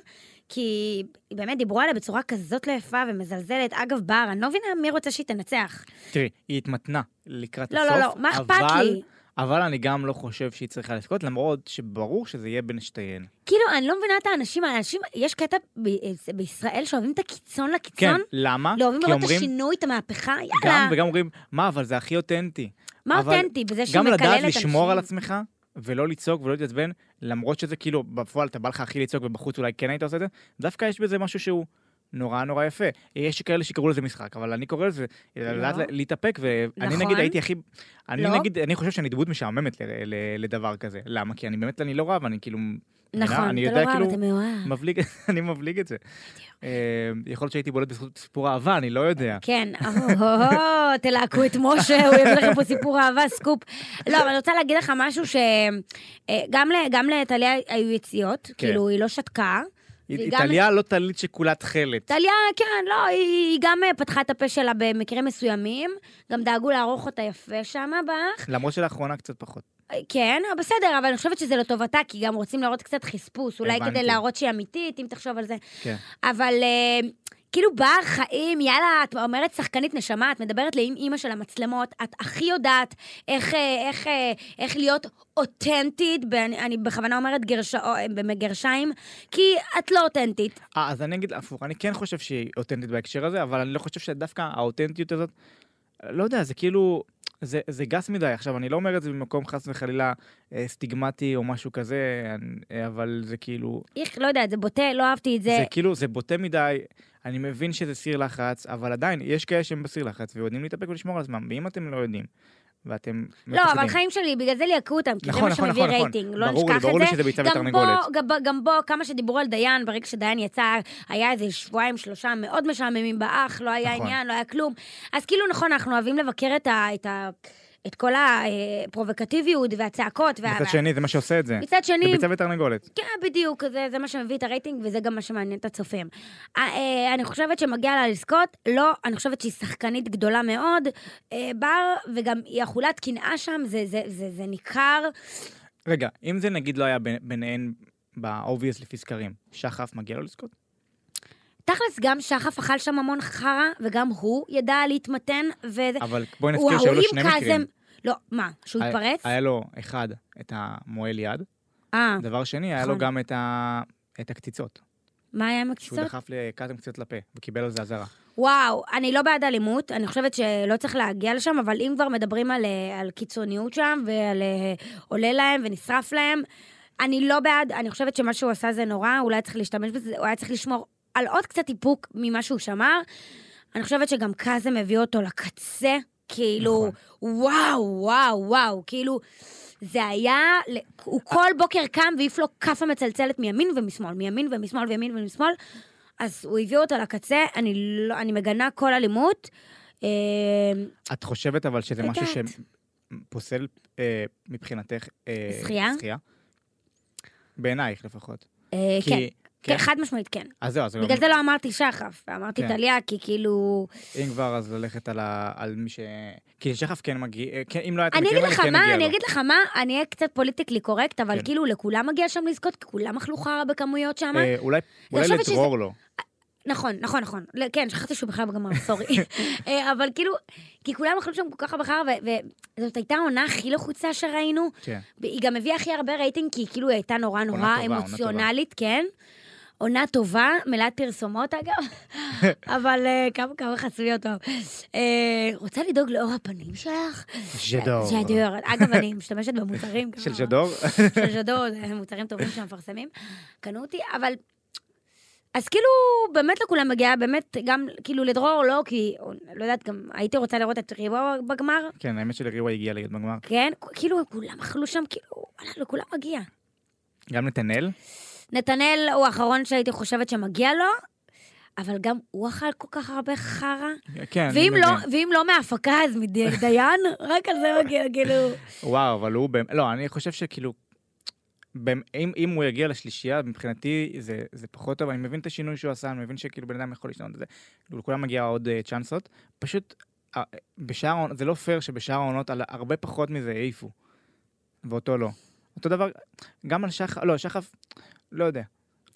Speaker 2: כי באמת דיברו עליה בצורה כזאת לא יפה ומזלזלת. אגב, בר, אני לא מבינה מי רוצה שהיא תנצח.
Speaker 1: תראי, היא התמתנה לקראת
Speaker 2: לא,
Speaker 1: הסוף,
Speaker 2: לא, לא, מה אכפת
Speaker 1: אבל-
Speaker 2: לי?
Speaker 1: אבל אני גם לא חושב שהיא צריכה לזכות, למרות שברור שזה יהיה בין שתיהן.
Speaker 2: כאילו, אני לא מבינה את האנשים, האנשים, יש קטע ב, אה, בישראל שאוהבים את הקיצון
Speaker 1: כן,
Speaker 2: לקיצון.
Speaker 1: למה?
Speaker 2: לא אוהבים
Speaker 1: כי
Speaker 2: לראות את
Speaker 1: אומרים-
Speaker 2: השינוי, את המהפכה, יאללה.
Speaker 1: גם, וגם אומרים, מה, אבל זה הכי אותנטי.
Speaker 2: מה
Speaker 1: אבל
Speaker 2: אותנטי? בזה שהיא
Speaker 1: גם
Speaker 2: מקללת
Speaker 1: לדעת
Speaker 2: אנשים?
Speaker 1: לשמור על עצמך, ולא לצעוק ולא להתעצבן, למרות שזה כאילו, בפועל אתה בא לך הכי לצעוק ובחוץ אולי כן היית עושה את זה, דווקא יש בזה משהו שהוא נורא נורא יפה. יש כאלה שקראו לזה משחק, אבל אני קורא לזה לדעת לה- להתאפק, ואני
Speaker 2: לא. נכון.
Speaker 1: נגיד הייתי הכי... אני
Speaker 2: לא.
Speaker 1: נגיד, אני חושב שאני דמות משעממת ל- ל- לדבר כזה. למה? כי אני באמת, אני לא רב, אני כאילו...
Speaker 2: נכון,
Speaker 1: אני
Speaker 2: אתה
Speaker 1: יודע
Speaker 2: לא רב,
Speaker 1: כאילו-
Speaker 2: אתה מאוהב.
Speaker 1: מבליג, אני מבליג את זה. אה, יכול להיות שהייתי בולט בזכות סיפור אהבה, אני לא יודע.
Speaker 2: כן, או, תלהקו את משה, הוא יביא לכם פה סיפור אהבה, סקופ. לא, אבל אני רוצה להגיד לך משהו ש... אה, גם ל- גם לטליה היו יציאות,
Speaker 1: כן.
Speaker 2: כאילו, היא לא שתקה. והיא גם-
Speaker 1: איטליה לא טלית שכולה תכלת.
Speaker 2: טליה, כן, לא, היא, היא גם אה, פתחה את הפה שלה במקרים מסוימים, גם דאגו לערוך אותה יפה שם באח.
Speaker 1: למרות שלאחרונה קצת פחות.
Speaker 2: אה, כן, בסדר, אבל אני חושבת שזה לטובתה, כי גם רוצים להראות קצת חספוס, אולי
Speaker 1: הבנתי.
Speaker 2: כדי להראות שהיא אמיתית, אם תחשוב על זה.
Speaker 1: כן.
Speaker 2: אבל אה, כאילו בר חיים, יאללה, את אומרת שחקנית נשמה, את מדברת לאם אימא של המצלמות, את הכי יודעת איך, אה, איך, אה, איך להיות אותנטית, ואני- אני בכוונה אומרת גרש, או, אה, בגרשיים, כי את לא אותנטית.
Speaker 1: אה, אז אני אגיד הפוך, אני כן חושב שהיא אותנטית בהקשר הזה, אבל אני לא חושב שדווקא האותנטיות הזאת, לא יודע, זה כאילו, זה, זה גס מדי. עכשיו, אני לא אומר את זה במקום חס וחלילה אה, סטיגמטי או משהו כזה, אני- אה, אבל זה כאילו,
Speaker 2: איך, לא יודעת, זה בוטה, לא אהבתי את
Speaker 1: זה,
Speaker 2: זה.
Speaker 1: זה כאילו, זה בוטה מדי. אני מבין שזה סיר לחץ, אבל עדיין, יש כאלה שהם בסיר לחץ ויודעים להתאפק ולשמור על עצמם, ואם אתם לא יודעים, ואתם
Speaker 2: לא, אבל חיים שלי, בגלל זה ליהקו אותם, כי
Speaker 1: נכון,
Speaker 2: זה
Speaker 1: נכון,
Speaker 2: מה שמביא
Speaker 1: נכון, נכון.
Speaker 2: רייטינג, לא
Speaker 1: ברור לי,
Speaker 2: נשכח את זה.
Speaker 1: ברור לי שזה ביצה
Speaker 2: גם
Speaker 1: ותרנגולת.
Speaker 2: בו- גם בו- גם בו, כמה שדיברו על דיין, ברגע שדיין יצא, היה איזה שבועיים, שלושה מאוד משעממים באח, לא היה
Speaker 1: נכון.
Speaker 2: עניין, לא היה כלום. אז כאילו, נכון, אנחנו אוהבים לבקר את ה... את ה- את כל הפרובוקטיביות והצעקות. וה-
Speaker 1: מצד
Speaker 2: וה-
Speaker 1: שני, זה מה שעושה את זה.
Speaker 2: מצד
Speaker 1: זה
Speaker 2: שני,
Speaker 1: ביצה ותרנגולת.
Speaker 2: כן, בדיוק, זה, זה מה שמביא את הרייטינג, וזה גם מה שמעניין את הצופים. אה, אה, אני חושבת שמגיע לה לזכות, לא, אני חושבת שהיא שחקנית גדולה מאוד, אה, בר, וגם היא אכולת קנאה שם, זה, זה, זה, זה ניכר.
Speaker 1: רגע, אם זה נגיד לא היה בין- ביניהן באובייס לפי סקרים, שחף מגיע לו לזכות?
Speaker 2: תכלס, גם שחף אכל שם המון חרא, וגם הוא ידע להתמתן, וזה...
Speaker 1: אבל בואי
Speaker 2: וואו,
Speaker 1: נזכיר שהיו לו
Speaker 2: אם
Speaker 1: שני מקרים.
Speaker 2: לא, מה, שהוא
Speaker 1: היה-
Speaker 2: התפרץ?
Speaker 1: היה לו, אחד, את המועל יד.
Speaker 2: אה,
Speaker 1: דבר שני, היה לו
Speaker 2: נכון.
Speaker 1: גם את ה- את הקציצות.
Speaker 2: מה היה עם
Speaker 1: שהוא
Speaker 2: הקציצות?
Speaker 1: דחף לקאטם קציצות לפה, וקיבל על זה אזהרה.
Speaker 2: וואו, אני לא בעד אלימות, אני חושבת שלא צריך להגיע לשם, אבל אם כבר מדברים על, אה, על קיצוניות שם, ועל אה, עולה להם ונשרף להם, אני לא בעד, אני חושבת שמה שהוא עשה זה נורא, אולי צריך להשתמש בזה, הוא היה צריך לשמור על עוד קצת איפוק ממה שהוא שמר. אני חושבת שגם קאזם הביא אותו לקצה, כאילו, וואו, וואו, וואו, כאילו, זה היה, ל- הוא כל בוקר קם והעיף לו כאפה מצלצלת מימין ומשמאל, מימין ומשמאל וימין ומשמאל, אז הוא הביא אותו לקצה, אני, לא, אני מגנה כל אלימות. אה,
Speaker 1: את חושבת אבל שזה משהו
Speaker 2: יודעת.
Speaker 1: שפוסל אה, מבחינתך... אה,
Speaker 2: זכייה?
Speaker 1: זכייה? בעינייך לפחות.
Speaker 2: אה,
Speaker 1: כי-
Speaker 2: כן,
Speaker 1: כן?
Speaker 2: כן, חד משמעית כן.
Speaker 1: אז זהו, אז
Speaker 2: בגלל זה לא אמרתי שחף, ואמרתי
Speaker 1: כן.
Speaker 2: טליה, כי כאילו...
Speaker 1: אם כבר, אז ללכת על ה- על מי ש... כי שחף כן מגיע, אה, כן, אם לא היה את
Speaker 2: אני
Speaker 1: המקרים
Speaker 2: אגיד
Speaker 1: האלה,
Speaker 2: לך
Speaker 1: כן
Speaker 2: מה,
Speaker 1: מגיע
Speaker 2: אני
Speaker 1: לו.
Speaker 2: אגיד לך מה, אני אהיה קצת פוליטיקלי קורקט, אבל
Speaker 1: כן.
Speaker 2: כאילו לכולם מגיע שם לזכות, כי כולם אכלו חרא בכמויות שם.
Speaker 1: אה, אולי אולי
Speaker 2: חושבת שזה-
Speaker 1: לדרור לא. לו.
Speaker 2: נכון, נכון, נכון. לא, כן, שכחתי שהוא בכלל בגמר, סורי. אה, אבל כאילו, כי כולם אכלו שם כל כך הרבה חרא, ו- וזאת הייתה העונה הכי לחוצה שראינו.
Speaker 1: כן.
Speaker 2: היא גם הביאה הכי הרבה רייטינג, כי היא כאילו הייתה נורא נורא
Speaker 1: טובה, עונה
Speaker 2: אמוציונלית, כן? עונה טובה, מלאת פרסומות אגב, אבל אה, כמה כמה חסויות טוב. אה, רוצה לדאוג לאור הפנים שלך?
Speaker 1: ז'דור.
Speaker 2: ז'דור. אגב, אני משתמשת במוצרים.
Speaker 1: של
Speaker 2: כמה-
Speaker 1: ז'דור?
Speaker 2: של ז'דור, זה מוצרים טובים שמפרסמים. קנו אותי, אבל... אז כאילו, באמת לכולם מגיע, באמת, גם כאילו לדרור לא, כי, לא יודעת, גם הייתי רוצה לראות את ריבו בגמר,
Speaker 1: כן, האמת שלריווה הגיע להיות בגמר.
Speaker 2: כן? כאילו, כולם אכלו שם, כאילו, וואלה, לכולם מגיע.
Speaker 1: גם נתנאל?
Speaker 2: נתנאל הוא האחרון שהייתי חושבת שמגיע לו, אבל גם הוא אכל כל כך הרבה חרא.
Speaker 1: כן, אני
Speaker 2: ואם לא,
Speaker 1: מבין.
Speaker 2: ואם לא מההפקה, אז מדיין, רק על זה מגיע, כאילו...
Speaker 1: וואו, אבל הוא... באמת- לא, אני חושב שכאילו... במ- אם, אם הוא יגיע לשלישייה, מבחינתי זה, זה פחות טוב, אני מבין את השינוי שהוא עשה, אני מבין שכאילו בן אדם יכול לשנות את זה. כאילו, לכולם מגיע עוד אה, צ'אנסות. פשוט, אה, בשאר העונות, זה לא פייר שבשאר העונות על הרבה פחות מזה העיפו. ואותו לא. אותו דבר, גם על שחף, לא, שחף, לא יודע.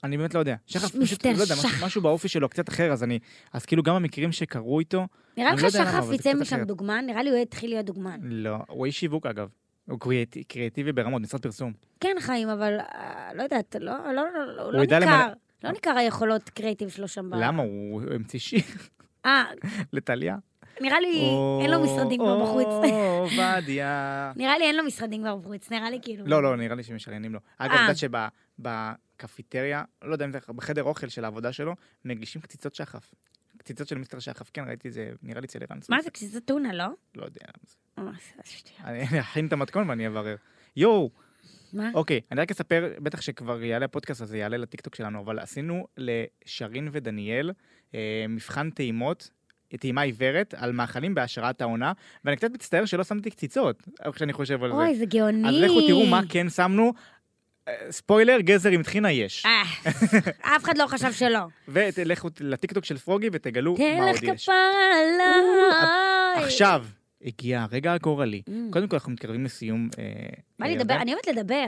Speaker 1: אני באמת לא יודע. שחף פשוט,
Speaker 2: מיסטר
Speaker 1: לא יודע, משהו,
Speaker 2: שחף.
Speaker 1: משהו באופי שלו קצת אחר, אז אני, אז כאילו גם המקרים שקרו איתו,
Speaker 2: נראה
Speaker 1: אני
Speaker 2: לך
Speaker 1: לא יודע למה,
Speaker 2: שחף
Speaker 1: אבל זה
Speaker 2: יצא
Speaker 1: קצת
Speaker 2: משם
Speaker 1: אחרת.
Speaker 2: דוגמן? נראה לי הוא התחיל להיות דוגמן.
Speaker 1: לא, הוא איש שיווק אגב. הוא קריאטי- קריאטיבי ברמות, משרד פרסום.
Speaker 2: כן, חיים, אבל אה, לא יודעת, לא, לא, לא, לא, לא
Speaker 1: הוא ידע
Speaker 2: ניכר.
Speaker 1: למלא-
Speaker 2: לא ניכר היכולות קרייטיב שלו שם. ב-
Speaker 1: למה? הוא המציא שיר
Speaker 2: אה,
Speaker 1: לטליה.
Speaker 2: נראה לי אין לו משרדים כבר בחוץ.
Speaker 1: או, עובדיה.
Speaker 2: נראה לי אין לו משרדים כבר בחוץ, נראה לי כאילו...
Speaker 1: לא, לא, נראה לי שמשריינים לו. אגב, את
Speaker 2: אה.
Speaker 1: יודעת שבקפיטריה, לא יודע אם זה בחדר אוכל של העבודה שלו, מגישים קציצות שחף. קציצות של מיסטר שחף, כן, ראיתי את זה, נראה לי אצל ערן
Speaker 2: מה
Speaker 1: סוויסה.
Speaker 2: זה, כשזה טונה, לא?
Speaker 1: לא יודע. למה זה.
Speaker 2: אה, זה שטויות.
Speaker 1: אני אכין את המתכון ואני אברר. יואו,
Speaker 2: מה?
Speaker 1: אוקיי, אני רק אספר, בטח שכבר יעלה הפודקאסט הזה, יעלה לטיקטוק שלנו, אבל עשינו לשרין ודניאל אה, מבחן טעימות, טעימה עיוורת, על מאכלים בהשראת העונה, ואני קצת מצטער שלא שמתי קציצות, אה, כשאני חושב על זה.
Speaker 2: אוי, זה גאוני.
Speaker 1: אז לכו תראו מה כן שמנו. אה, ספוילר, גזר עם טחינה יש.
Speaker 2: אה, אף אחד לא חשב שלא.
Speaker 1: ולכו לטיקטוק של פרוגי ותגלו
Speaker 2: תן
Speaker 1: מה עוד
Speaker 2: לך
Speaker 1: יש.
Speaker 2: כפרה עליי.
Speaker 1: עכשיו, הגיע הרגע הגורלי.
Speaker 2: Mm.
Speaker 1: קודם כל, אנחנו מתקרבים לסיום. אה,
Speaker 2: מה לי
Speaker 1: ירדן.
Speaker 2: לדבר? אני אוהבת לדבר.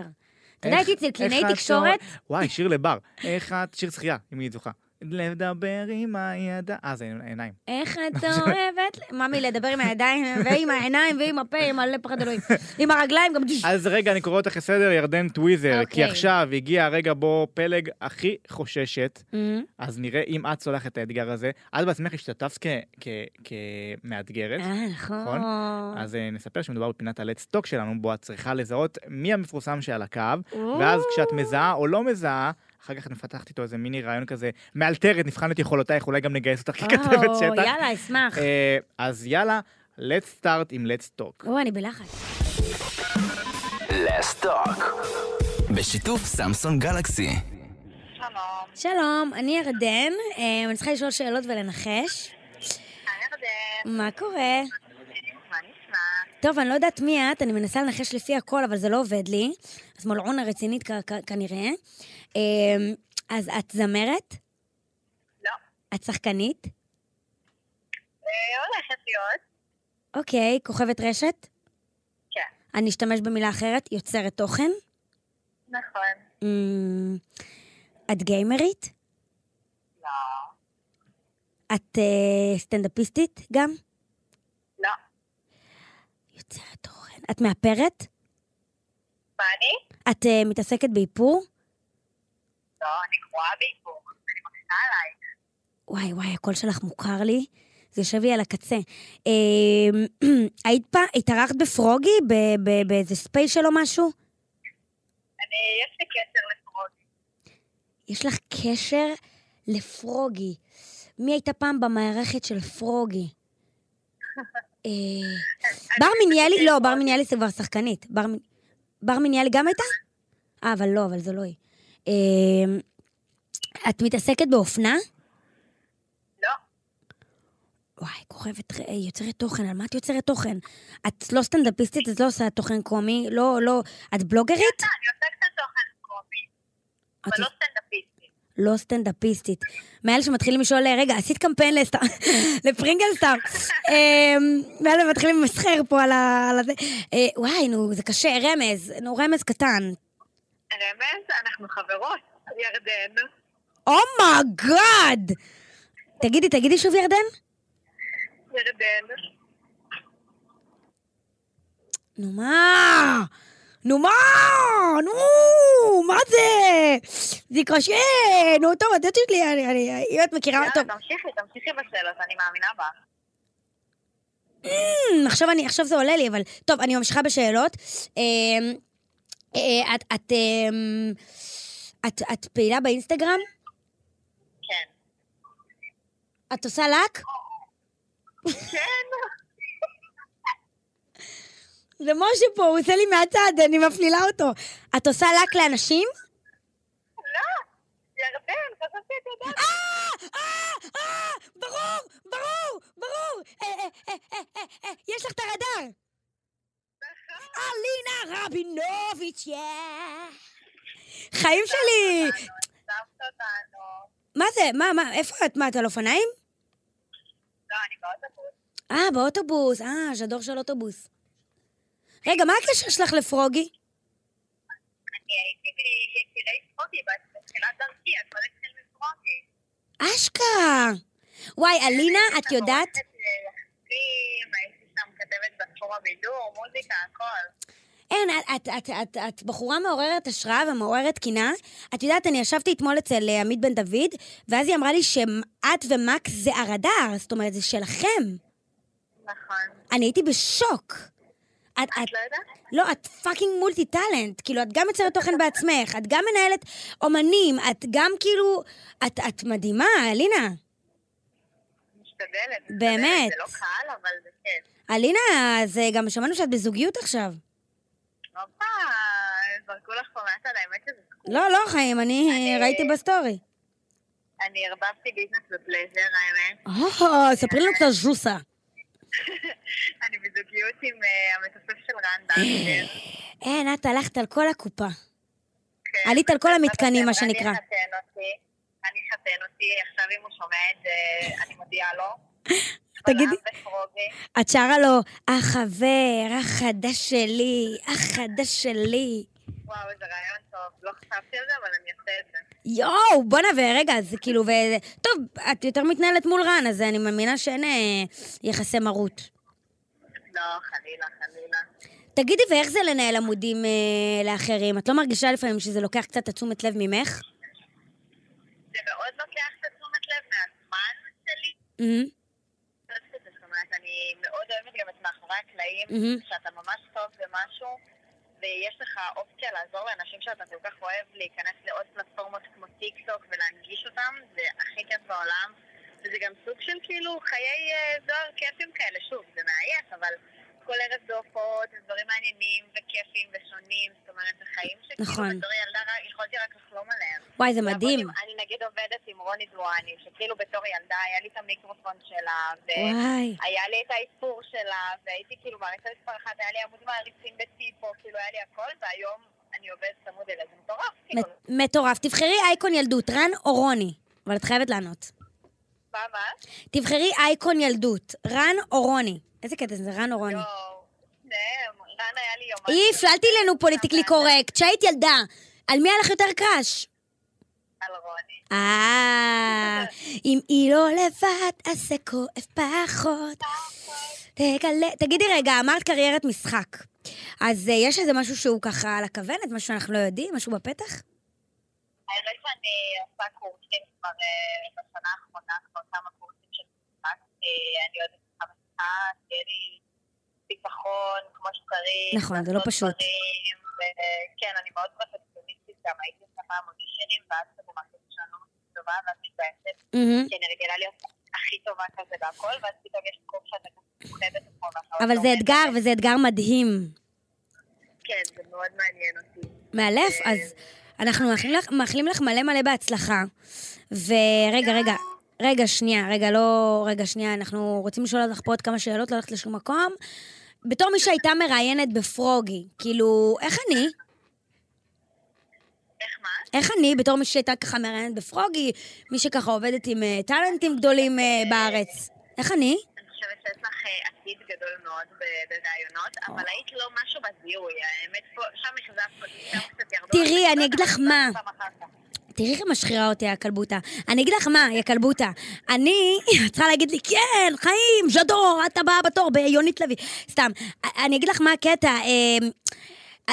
Speaker 2: אתה יודע,
Speaker 1: איך-
Speaker 2: הייתי אצל
Speaker 1: איך
Speaker 2: קלינאי
Speaker 1: את
Speaker 2: תקשורת,
Speaker 1: צוע- וואי, שיר לבר. איך את... שיר שחייה, אם היא זוכה. לדבר עם הידיים. אה, זה עיניים.
Speaker 2: איך את אוהבת? ממי, לדבר עם הידיים ועם העיניים ועם הפה, עם הלב פחד אלוהים. עם הרגליים גם...
Speaker 1: אז רגע, אני קורא אותך לסדר, ירדן טוויזר, כי
Speaker 2: אוקיי.
Speaker 1: עכשיו הגיע הרגע בו פלג הכי חוששת,
Speaker 2: אמ,
Speaker 1: אז נראה אם את צולחת את האתגר הזה. את בעצמך השתתפת כ- כ- כמאתגרת.
Speaker 2: אה, נכון.
Speaker 1: נכון. אז אה, נספר שמדובר בפינת הלט סטוק שלנו, בו את צריכה לזהות מי המפורסם שעל הקו, ואז כשאת מזהה או לא מזהה, אחר כך אני מפתחת איתו איזה מיני רעיון כזה, מאלתרת, נבחן את יכולותייך, אולי גם נגייס אותך ככתבת
Speaker 2: וואו,
Speaker 1: שטח.
Speaker 2: יאללה, אשמח.
Speaker 1: אה, אז יאללה, let's start עם let's talk.
Speaker 2: או, אני בלחץ.
Speaker 3: לסטוק. בשיתוף סמסון גלקסי.
Speaker 4: שלום,
Speaker 2: שלום, אני ירדן, אה, אני צריכה לשאול שאלות ולנחש.
Speaker 4: היי ירדן,
Speaker 2: מה קורה?
Speaker 4: מה נשמע?
Speaker 2: טוב, אני לא יודעת מי את, אני מנסה לנחש לפי הכל, אבל זה לא עובד לי. אז מלעונה רצינית כ- כ- כנראה. אמ, אז את זמרת?
Speaker 4: לא.
Speaker 2: את שחקנית?
Speaker 4: אה, הולכת להיות.
Speaker 2: אוקיי, כוכבת רשת?
Speaker 4: כן.
Speaker 2: אני אשתמש במילה אחרת, יוצרת תוכן?
Speaker 4: נכון.
Speaker 2: אמ, את גיימרית?
Speaker 4: לא.
Speaker 2: את אה, סטנדאפיסטית גם?
Speaker 4: לא.
Speaker 2: יוצרת תוכן. את מאפרת?
Speaker 4: מה אני?
Speaker 2: את אה, מתעסקת באיפור?
Speaker 4: לא, אני גרועה באיפור. אני מקשיבה עלייך.
Speaker 2: וואי וואי, הקול שלך מוכר לי. זה יושב לי על הקצה. אה, היית פעם, התארחת בפרוגי? ב- ב- באיזה ספייס שלו משהו?
Speaker 4: אני, יש לי קשר לפרוט.
Speaker 2: יש לך קשר לפרוגי. מי הייתה פעם במערכת של פרוגי? אה, בר מניאלי, לא, בר מניאלי זה כבר שחקנית. בר מ- בר מניאלי גם הייתה? אה, אבל לא, אבל זה לא היא. אה, את מתעסקת באופנה?
Speaker 4: לא.
Speaker 2: וואי, כוכבת, אה, יוצרת תוכן, על מה את יוצרת תוכן? את לא סטנדאפיסטית, את לא עושה תוכן קומי, לא, לא, את בלוגרית?
Speaker 4: אני עושה קצת תוכן קומי, אבל
Speaker 2: את
Speaker 4: לא סטנדאפיסטית.
Speaker 2: לא סטנדאפיסטית. מאלה שמתחילים לשאול, רגע, עשית קמפיין לסט... לפרינגל סתם. אמ, ואלה מתחילים למסחר פה על ה... על הזה. אה, וואי, נו, זה קשה, רמז, נו, רמז קטן.
Speaker 4: רמז, אנחנו חברות, ירדן.
Speaker 2: אומייגאד! תגידי, תגידי שוב, ירדן?
Speaker 4: ירדן.
Speaker 2: נו מה? נו מה? נו, מה זה? זה קשה! נו, טוב, את יודעת שלי, אני- אני... אם את מכירה... טוב,
Speaker 4: יאללה, תמשיכי, תמשיכי בשאלות, אני מאמינה בך.
Speaker 2: אמ, עכשיו אני, עכשיו זה עולה לי, אבל... טוב, אני ממשיכה בשאלות. אמ, אה, את, את, אמ, את, את פעילה באינסטגרם?
Speaker 4: כן.
Speaker 2: את עושה לק?
Speaker 4: כן.
Speaker 2: זה משה פה, הוא עושה לי מהצד, אני מפלילה אותו. את עושה לק לאנשים?
Speaker 4: לא. ירדן, חשבתי את יודעת.
Speaker 2: אה, ברור, ברור, ברור. אה, אה, אה, אה, אה, אה, יש לך את הרדאר. אלינה רבינוביץ', יא. חיים שלי.
Speaker 4: עזבת אותנו.
Speaker 2: מה זה? מה, מה, איפה את? מה, את על אופניים?
Speaker 4: לא, אני באוטובוס.
Speaker 2: אה, באוטובוס. אה, ז'דור של אוטובוס. רגע, מה הקשר שלך לפרוגי?
Speaker 4: אני הייתי ביקירי ספוטי בתחילת דרכי, את הולכת של מזרוגי.
Speaker 2: אשכרה. וואי, אלינה, את יודעת?
Speaker 4: ליחסים, הייתי שם כתבת בתחום הבידור, מוזיקה, הכל.
Speaker 2: אין, את, את, את, את, את בחורה מעוררת השראה ומעוררת קינה. את יודעת, אני ישבתי אתמול אצל אה, עמית בן דוד, ואז היא אמרה לי שאת ומקס זה הרדאר, זאת אומרת, זה שלכם.
Speaker 4: נכון.
Speaker 2: אני הייתי בשוק. את, את,
Speaker 4: את לא יודעת?
Speaker 2: לא, את פאקינג מולטי טאלנט. כאילו, את גם יוצרת תוכן בעצמך, את גם מנהלת אומנים, את גם כאילו... את, את מדהימה, אלינה.
Speaker 4: משתדלת. משתדלת.
Speaker 2: באמת.
Speaker 4: זה לא קל, אבל זה כן. כיף.
Speaker 2: אלינה, אז אה, גם שמענו שאת בזוגיות עכשיו.
Speaker 4: הופה, זרקו לך פה מעט על האמת שזה סקופ.
Speaker 2: לא, לא, חיים, אני אה, ראיתי בסטורי.
Speaker 4: אני ערבבתי ביזנס ופלזר, האמת.
Speaker 2: או, אה, ספרי לנו קצת ז'וסה.
Speaker 4: אני בזוגיות עם אה, המתופף של רן דנקר.
Speaker 2: אין, את הלכת על כל הקופה.
Speaker 4: כן.
Speaker 2: עלית על כל המתקנים, מה
Speaker 4: אני
Speaker 2: שנקרא.
Speaker 4: אחתן אותי, אני אחתן אותי, עכשיו אם הוא שומע את זה, אני מודיעה לו.
Speaker 2: תגידי.
Speaker 4: אבל עם ופרוגי,
Speaker 2: את שרה לו, החבר, החדש שלי, החדש שלי.
Speaker 4: וואו, איזה רעיון טוב. לא חשבתי על זה, אבל אני אעשה את זה.
Speaker 2: יואו, בואנה, ורגע, זה כאילו, ו... טוב, את יותר מתנהלת מול רן, אז אני מאמינה שאין אה, יחסי מרות.
Speaker 4: לא, חלילה, חלילה.
Speaker 2: תגידי, ואיך זה לנהל עמודים אה, לאחרים? את לא מרגישה לפעמים שזה לוקח קצת התשומת לב ממך?
Speaker 4: זה מאוד לוקח את תשומת לב מהזמן שלי.
Speaker 2: מהמם.
Speaker 4: לא יודעת את זה, זאת אומרת, אני מאוד אוהבת גם את מאחורי הקלעים,
Speaker 2: מהמם.
Speaker 4: שאתה ממש טוב במשהו, ויש לך אופציה לעזור לאנשים שאתה כל כך אוהב להיכנס לעוד פלטפורמות כמו טיק טוק ולהנגיש אותם, זה הכי כיף בעולם. וזה גם סוג של כאילו חיי אה, זוהר כיפים כאלה, שוב, זה מעייף, אבל כל ערב זה הופעות, זה דברים מעניינים וכיפים ושונים, זאת אומרת, זה חיים שכאילו
Speaker 2: נכון.
Speaker 4: בתור ילדה רק- יכולתי רק לחלום עליהם.
Speaker 2: וואי, זה
Speaker 4: לעבוד
Speaker 2: מדהים.
Speaker 4: עם- אני נגיד עובדת עם רוני דואני, שכאילו בתור ילדה היה לי את המיקרופון שלה,
Speaker 2: וואי.
Speaker 4: והיה לי את האיסור שלה, והייתי כאילו מעריצה מספר אחת, היה לי עמוד מעריצים בטיפו, כאילו היה לי הכל, והיום אני עובדת צמוד אליה, זה מטורף, כאילו,
Speaker 2: מט- מטורף. תבחרי אייקון ילדות, רן או רוני? אבל את חייבת לענות.
Speaker 4: מה, מה?
Speaker 2: תבחרי אייקון ילדות, רן או רוני? איזה קטע זה, רן או רוני?
Speaker 4: יואו, שניהם, רן היה לי יומן.
Speaker 2: אי, הפללתי לנו פוליטיקלי קורקט, שהיית ילדה. על מי היה לך יותר קראש?
Speaker 4: על רוני.
Speaker 2: אה, אם היא לא לבד, אז זה כואב פחות. תגלה, תגידי רגע, אמרת קריירת משחק. אז אה, יש איזה משהו שהוא ככה על הכוונת, משהו שאנחנו לא יודעים, משהו בפתח?
Speaker 4: האמת שאני עושה קורסים כבר אה, בשנה האחרונה, כבר כמה קורסים של משחק. אה, אני עוד צריכה משחק, יהיה לי ביטחון כמו שצריך.
Speaker 2: נכון, זה לא
Speaker 4: לעשות
Speaker 2: פשוט.
Speaker 4: דברים, וכן, אני מאוד פרפקציוניסטית גם, הייתי עושה פעם אודישנים, ואז כאילו מרגישתי שאני לא מספיק טובה, ואז מתבאסת,
Speaker 2: מהמם.
Speaker 4: כי אני רגילה להיות הכי טובה כזה והכל, ואז פתאום יש קורס שאתה כזה מוכנת ופה ואתה עוד
Speaker 2: אבל
Speaker 4: לא
Speaker 2: זה
Speaker 4: עומדת.
Speaker 2: אתגר, וזה אתגר מדהים.
Speaker 4: כן, זה מאוד מעניין אותי.
Speaker 2: מאלף, אז אנחנו מאחלים לך, מאחלים לך מלא מלא בהצלחה. ורגע, רגע, רגע, שנייה, רגע, לא, רגע, שנייה, אנחנו רוצים לשאול אותך פה עוד כמה שאלות, לא הולכת לשום מקום. בתור מי שהייתה מראיינת בפרוגי, כאילו, איך אני?
Speaker 4: איך מה?
Speaker 2: איך אני, בתור מי שהייתה ככה מראיינת בפרוגי, מי שככה עובדת עם אה, טאלנטים גדולים אה, בארץ, איך אני?
Speaker 4: אני חושבת שיש לך אה, עתיד גדול מאוד ב- ברעיונות, אבל היית לא משהו בזיהוי, האמת פה, שם אכזבת אותי, שם קצת ירדו.
Speaker 2: תראי,
Speaker 4: הנקודות,
Speaker 2: אני אגיד
Speaker 4: אבל
Speaker 2: לך
Speaker 4: זה
Speaker 2: מה.
Speaker 4: פעם אחר כך.
Speaker 2: תראי איך היא משחירה אותי, הכלבותה. אני אגיד לך מה, יא כלבותה. אני, את צריכה להגיד לי, כן, חיים, ז'דור, את הבאה בתור ביונית לוי. סתם. א- אני אגיד לך מה הקטע. אמ,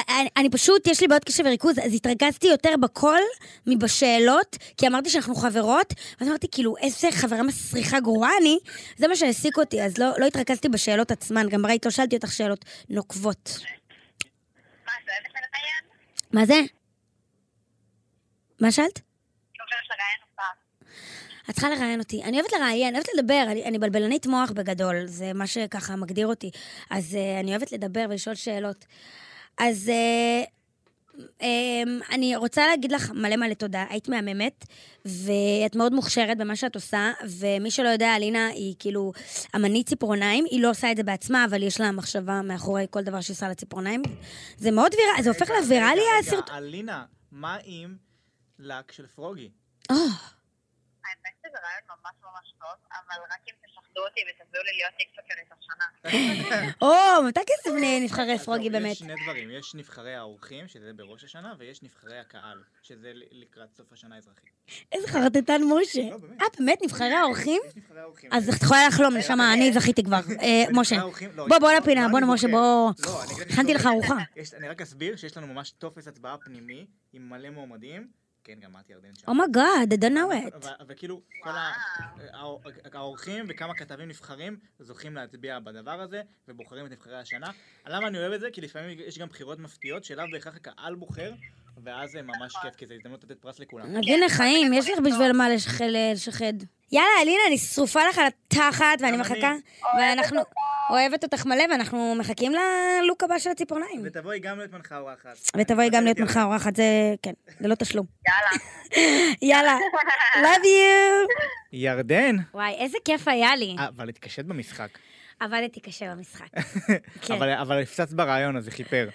Speaker 2: אני, אני פשוט, יש לי בעיות קשב וריכוז, אז התרכזתי יותר בקול מבשאלות, כי אמרתי שאנחנו חברות, ואז אמרתי, כאילו, איזה חברה מסריחה גרועה אני, זה מה שהעסיק אותי, אז לא, לא התרכזתי בשאלות עצמן, גם ראית, לא שאלתי אותך שאלות נוקבות.
Speaker 4: מה, את אוהבת לראיין?
Speaker 2: מה זה? מה שאלת?
Speaker 4: אני חושבת לראיין אותך.
Speaker 2: את צריכה לראיין אותי. אני אוהבת לראיין, אני אוהבת לדבר, אני, אני בלבלנית מוח בגדול, זה מה שככה מגדיר אותי. אז uh, אני אוהבת לדבר ולשאול שאלות. אז uh, um, אני רוצה להגיד לך מלא מלא תודה, היית מהממת, ואת מאוד מוכשרת במה שאת עושה, ומי שלא יודע, אלינה היא כאילו אמנית ציפורניים, היא לא עושה את זה בעצמה, אבל יש לה מחשבה מאחורי כל דבר שהיא עושה לציפורניים. זה מאוד ויראלי, זה הופך
Speaker 1: רגע, רגע,
Speaker 2: לוויראלי
Speaker 1: רגע,
Speaker 2: הסרטון.
Speaker 1: אלינה, מה עם לק של פרוגי?
Speaker 2: אה,
Speaker 4: האמת שזה רעיון ממש ממש טוב, אבל רק אם תשחדו אותי ותביאו לי להיות טיקטוקרית השנה.
Speaker 2: או, מתי כסף נבחרי
Speaker 1: אז
Speaker 2: פרוגי
Speaker 1: זהו,
Speaker 2: באמת?
Speaker 1: יש שני דברים, יש נבחרי האורחים, שזה בראש השנה, ויש נבחרי הקהל, שזה ל- לקראת סוף השנה האזרחית.
Speaker 2: איזה חרטטן משה.
Speaker 1: לא, באמת.
Speaker 2: אה, באמת, נבחרי האורחים?
Speaker 1: יש נבחרי האורחים.
Speaker 2: אז את יכולה לחלום, נשמה, אני זכיתי כבר. אה,
Speaker 1: ונבחרי
Speaker 2: משה,
Speaker 1: האורחים- לא,
Speaker 2: בוא,
Speaker 1: יש-
Speaker 2: בוא
Speaker 1: לא,
Speaker 2: לפינה,
Speaker 1: לא,
Speaker 2: בוא,
Speaker 1: אני
Speaker 2: משה,
Speaker 1: בוחר.
Speaker 2: בוא.
Speaker 1: לא, אני אגיד לך
Speaker 2: הכנתי
Speaker 1: טוב.
Speaker 2: לך ארוחה.
Speaker 1: יש- אני רק אסביר שיש לנו ממש טופס הצבעה פנימי, עם מלא מועמדים. כן, גם את ירדן
Speaker 2: Oh
Speaker 1: שם.
Speaker 2: אומייגאד, I don't know
Speaker 1: ו-
Speaker 2: it.
Speaker 1: ו- וכאילו, כאילו, כל ה- אה, האור- האורחים וכמה כתבים נבחרים זוכים להצביע בדבר הזה, ובוחרים את נבחרי השנה. למה אני אוהב את זה? כי לפעמים יש גם בחירות מפתיעות, שלאו בהכרח הקהל בוחר, ואז זה ממש כיף, כי זו הזדמנות לתת פרס לכולם.
Speaker 2: אז הנה, חיים, יש לך בשביל מה לשחל- לשחד. יאללה, אלינה, אני שרופה לך על התחת, ואני
Speaker 1: גם
Speaker 2: מחכה. ואנחנו... אוהבת אותך מלא, ואנחנו מחכים ללוק הבא של הציפורניים.
Speaker 1: ותבואי גם להיות מנחה אורחת.
Speaker 2: ותבואי גם להיות מנחה אורחת, זה... כן, זה לא תשלום.
Speaker 4: יאללה.
Speaker 2: יאללה, love you!
Speaker 1: ירדן!
Speaker 2: וואי, איזה כיף היה לי.
Speaker 1: אה, אבל התקשט במשחק.
Speaker 2: עבדתי קשה במשחק. כן.
Speaker 1: אבל- אבל הפצצת ברעיון, אז זה חיפר.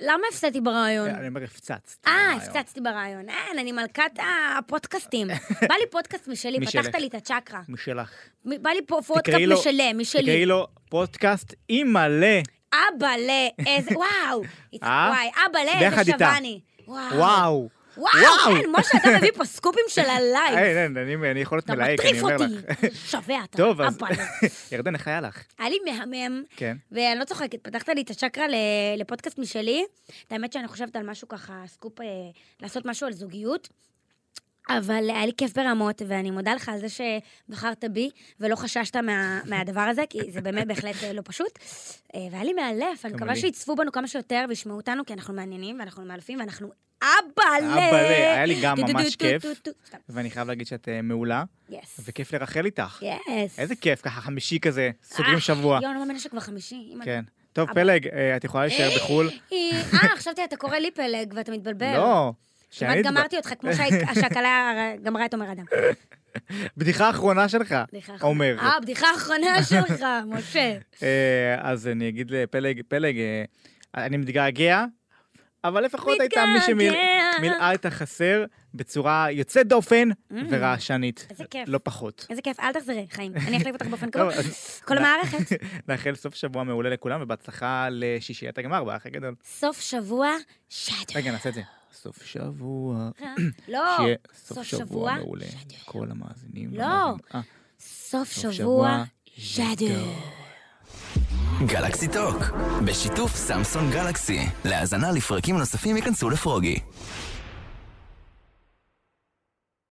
Speaker 2: למה הפסדתי ברעיון?
Speaker 1: אני אומר, הפצצת.
Speaker 2: אה,
Speaker 1: ברעיון.
Speaker 2: הפצצתי ברעיון. אין, אני מלכת הפודקאסטים. בא לי פודקאסט משלי,
Speaker 1: משלך.
Speaker 2: פתחת לי את הצ'קרה.
Speaker 1: משלך.
Speaker 2: מ- בא לי פה
Speaker 1: תקראי
Speaker 2: פודקאסט
Speaker 1: לו-
Speaker 2: משלם, משלי.
Speaker 1: תקראי לו פודקאסט עם מלא
Speaker 2: אבאלה, איזה... וואו! יצ-
Speaker 1: אה?
Speaker 2: וואי, אבאלה,
Speaker 1: ביחד
Speaker 2: איזה
Speaker 1: איתה.
Speaker 2: שווני. וואו.
Speaker 1: וואו.
Speaker 2: וואו, כן, משה, אתה מביא פה סקופים של הלייב.
Speaker 1: אין, אין, אני- אני יכול להיות
Speaker 2: אתה
Speaker 1: מלהק, אני
Speaker 2: מטריף
Speaker 1: אומר
Speaker 2: אותי. לא.
Speaker 1: לך.
Speaker 2: שווה אתה,
Speaker 1: טוב, אז...
Speaker 2: אבאלה.
Speaker 1: ירדן, איך היה לך?
Speaker 2: היה לי מהמם,
Speaker 1: כן.
Speaker 2: ואני לא צוחקת, פתחת לי את הצ'קרה ל- לפודקאסט משלי. את האמת שאני חושבת על משהו ככה, סקופ, אה, לעשות משהו על זוגיות. אבל היה לי כיף ברמות, ואני מודה לך על זה שבחרת בי, ולא חששת מה, מהדבר הזה, כי זה באמת בהחלט אה, לא פשוט. אה, והיה לי מאלף, אני
Speaker 1: גם
Speaker 2: מקווה
Speaker 1: לי.
Speaker 2: שיצפו בנו כמה שיותר וישמעו אותנו, כי אנחנו מעניינים, ואנחנו מאלפים, ואנחנו אבאלה!
Speaker 1: אבאלה, היה לי גם
Speaker 2: טו, טו,
Speaker 1: ממש
Speaker 2: טו,
Speaker 1: כיף.
Speaker 2: טו, טו, טו. סתם.
Speaker 1: ואני חייב להגיד שאת אה, מעולה,
Speaker 2: יס.
Speaker 1: וכיף לרחל איתך.
Speaker 2: יס.
Speaker 1: איזה כיף, ככה חמישי כזה, סוגרים
Speaker 2: אה,
Speaker 1: שבוע.
Speaker 2: יואו, אני לא מאמינה שכבר חמישי. אימא.
Speaker 1: כן. טוב,
Speaker 2: אבל-
Speaker 1: פלג, אה, את יכולה להישאר בחו"ל?
Speaker 2: היא- אה, חשבתי אתה קורא לי פלג ואתה מתבלבל.
Speaker 1: לא.
Speaker 2: כמעט
Speaker 1: שאני-
Speaker 2: גמרתי אותך, כמו שה- שהכלה גמרה את עומר אדם.
Speaker 1: בדיחה אחרונה שלך,
Speaker 2: בדיחה אחרונה.
Speaker 1: אומר.
Speaker 2: אה, בדיחה האחרונה שלך, משה.
Speaker 1: אה, אז אני אגיד לפלג, פלג, אה, אני מתגעגע, אבל לפחות הייתה מי
Speaker 2: מתגעגע.
Speaker 1: שמילאה את החסר בצורה יוצאת דופן ורעשנית.
Speaker 2: Mm. איזה כיף.
Speaker 1: לא פחות.
Speaker 2: איזה כיף, אל תחזרי, חיים. אני אחליף אותך באופן
Speaker 1: טוב,
Speaker 2: קרוב.
Speaker 1: אז
Speaker 2: כל המערכת.
Speaker 1: נאחל סוף שבוע מעולה לכולם ובהצלחה לשישיית הגמר באח הגדול.
Speaker 2: סוף שבוע, שדו.
Speaker 1: רגע, נעשה את זה. סוף שבוע.
Speaker 2: לא,
Speaker 1: שיהיה סוף
Speaker 2: סוף
Speaker 1: שבוע
Speaker 2: שבוע,
Speaker 1: מעולה.
Speaker 2: שדו.
Speaker 1: כל המאזינים.
Speaker 2: לא.
Speaker 1: והמאזינות. אה,
Speaker 2: סוף
Speaker 1: סוף
Speaker 2: שבוע,
Speaker 1: שבוע,
Speaker 2: שדו.
Speaker 3: גלקסי טוק, בשיתוף סמסון גלקסי. להאזנה לפרקים נוספים ייכנסו לפרוגי.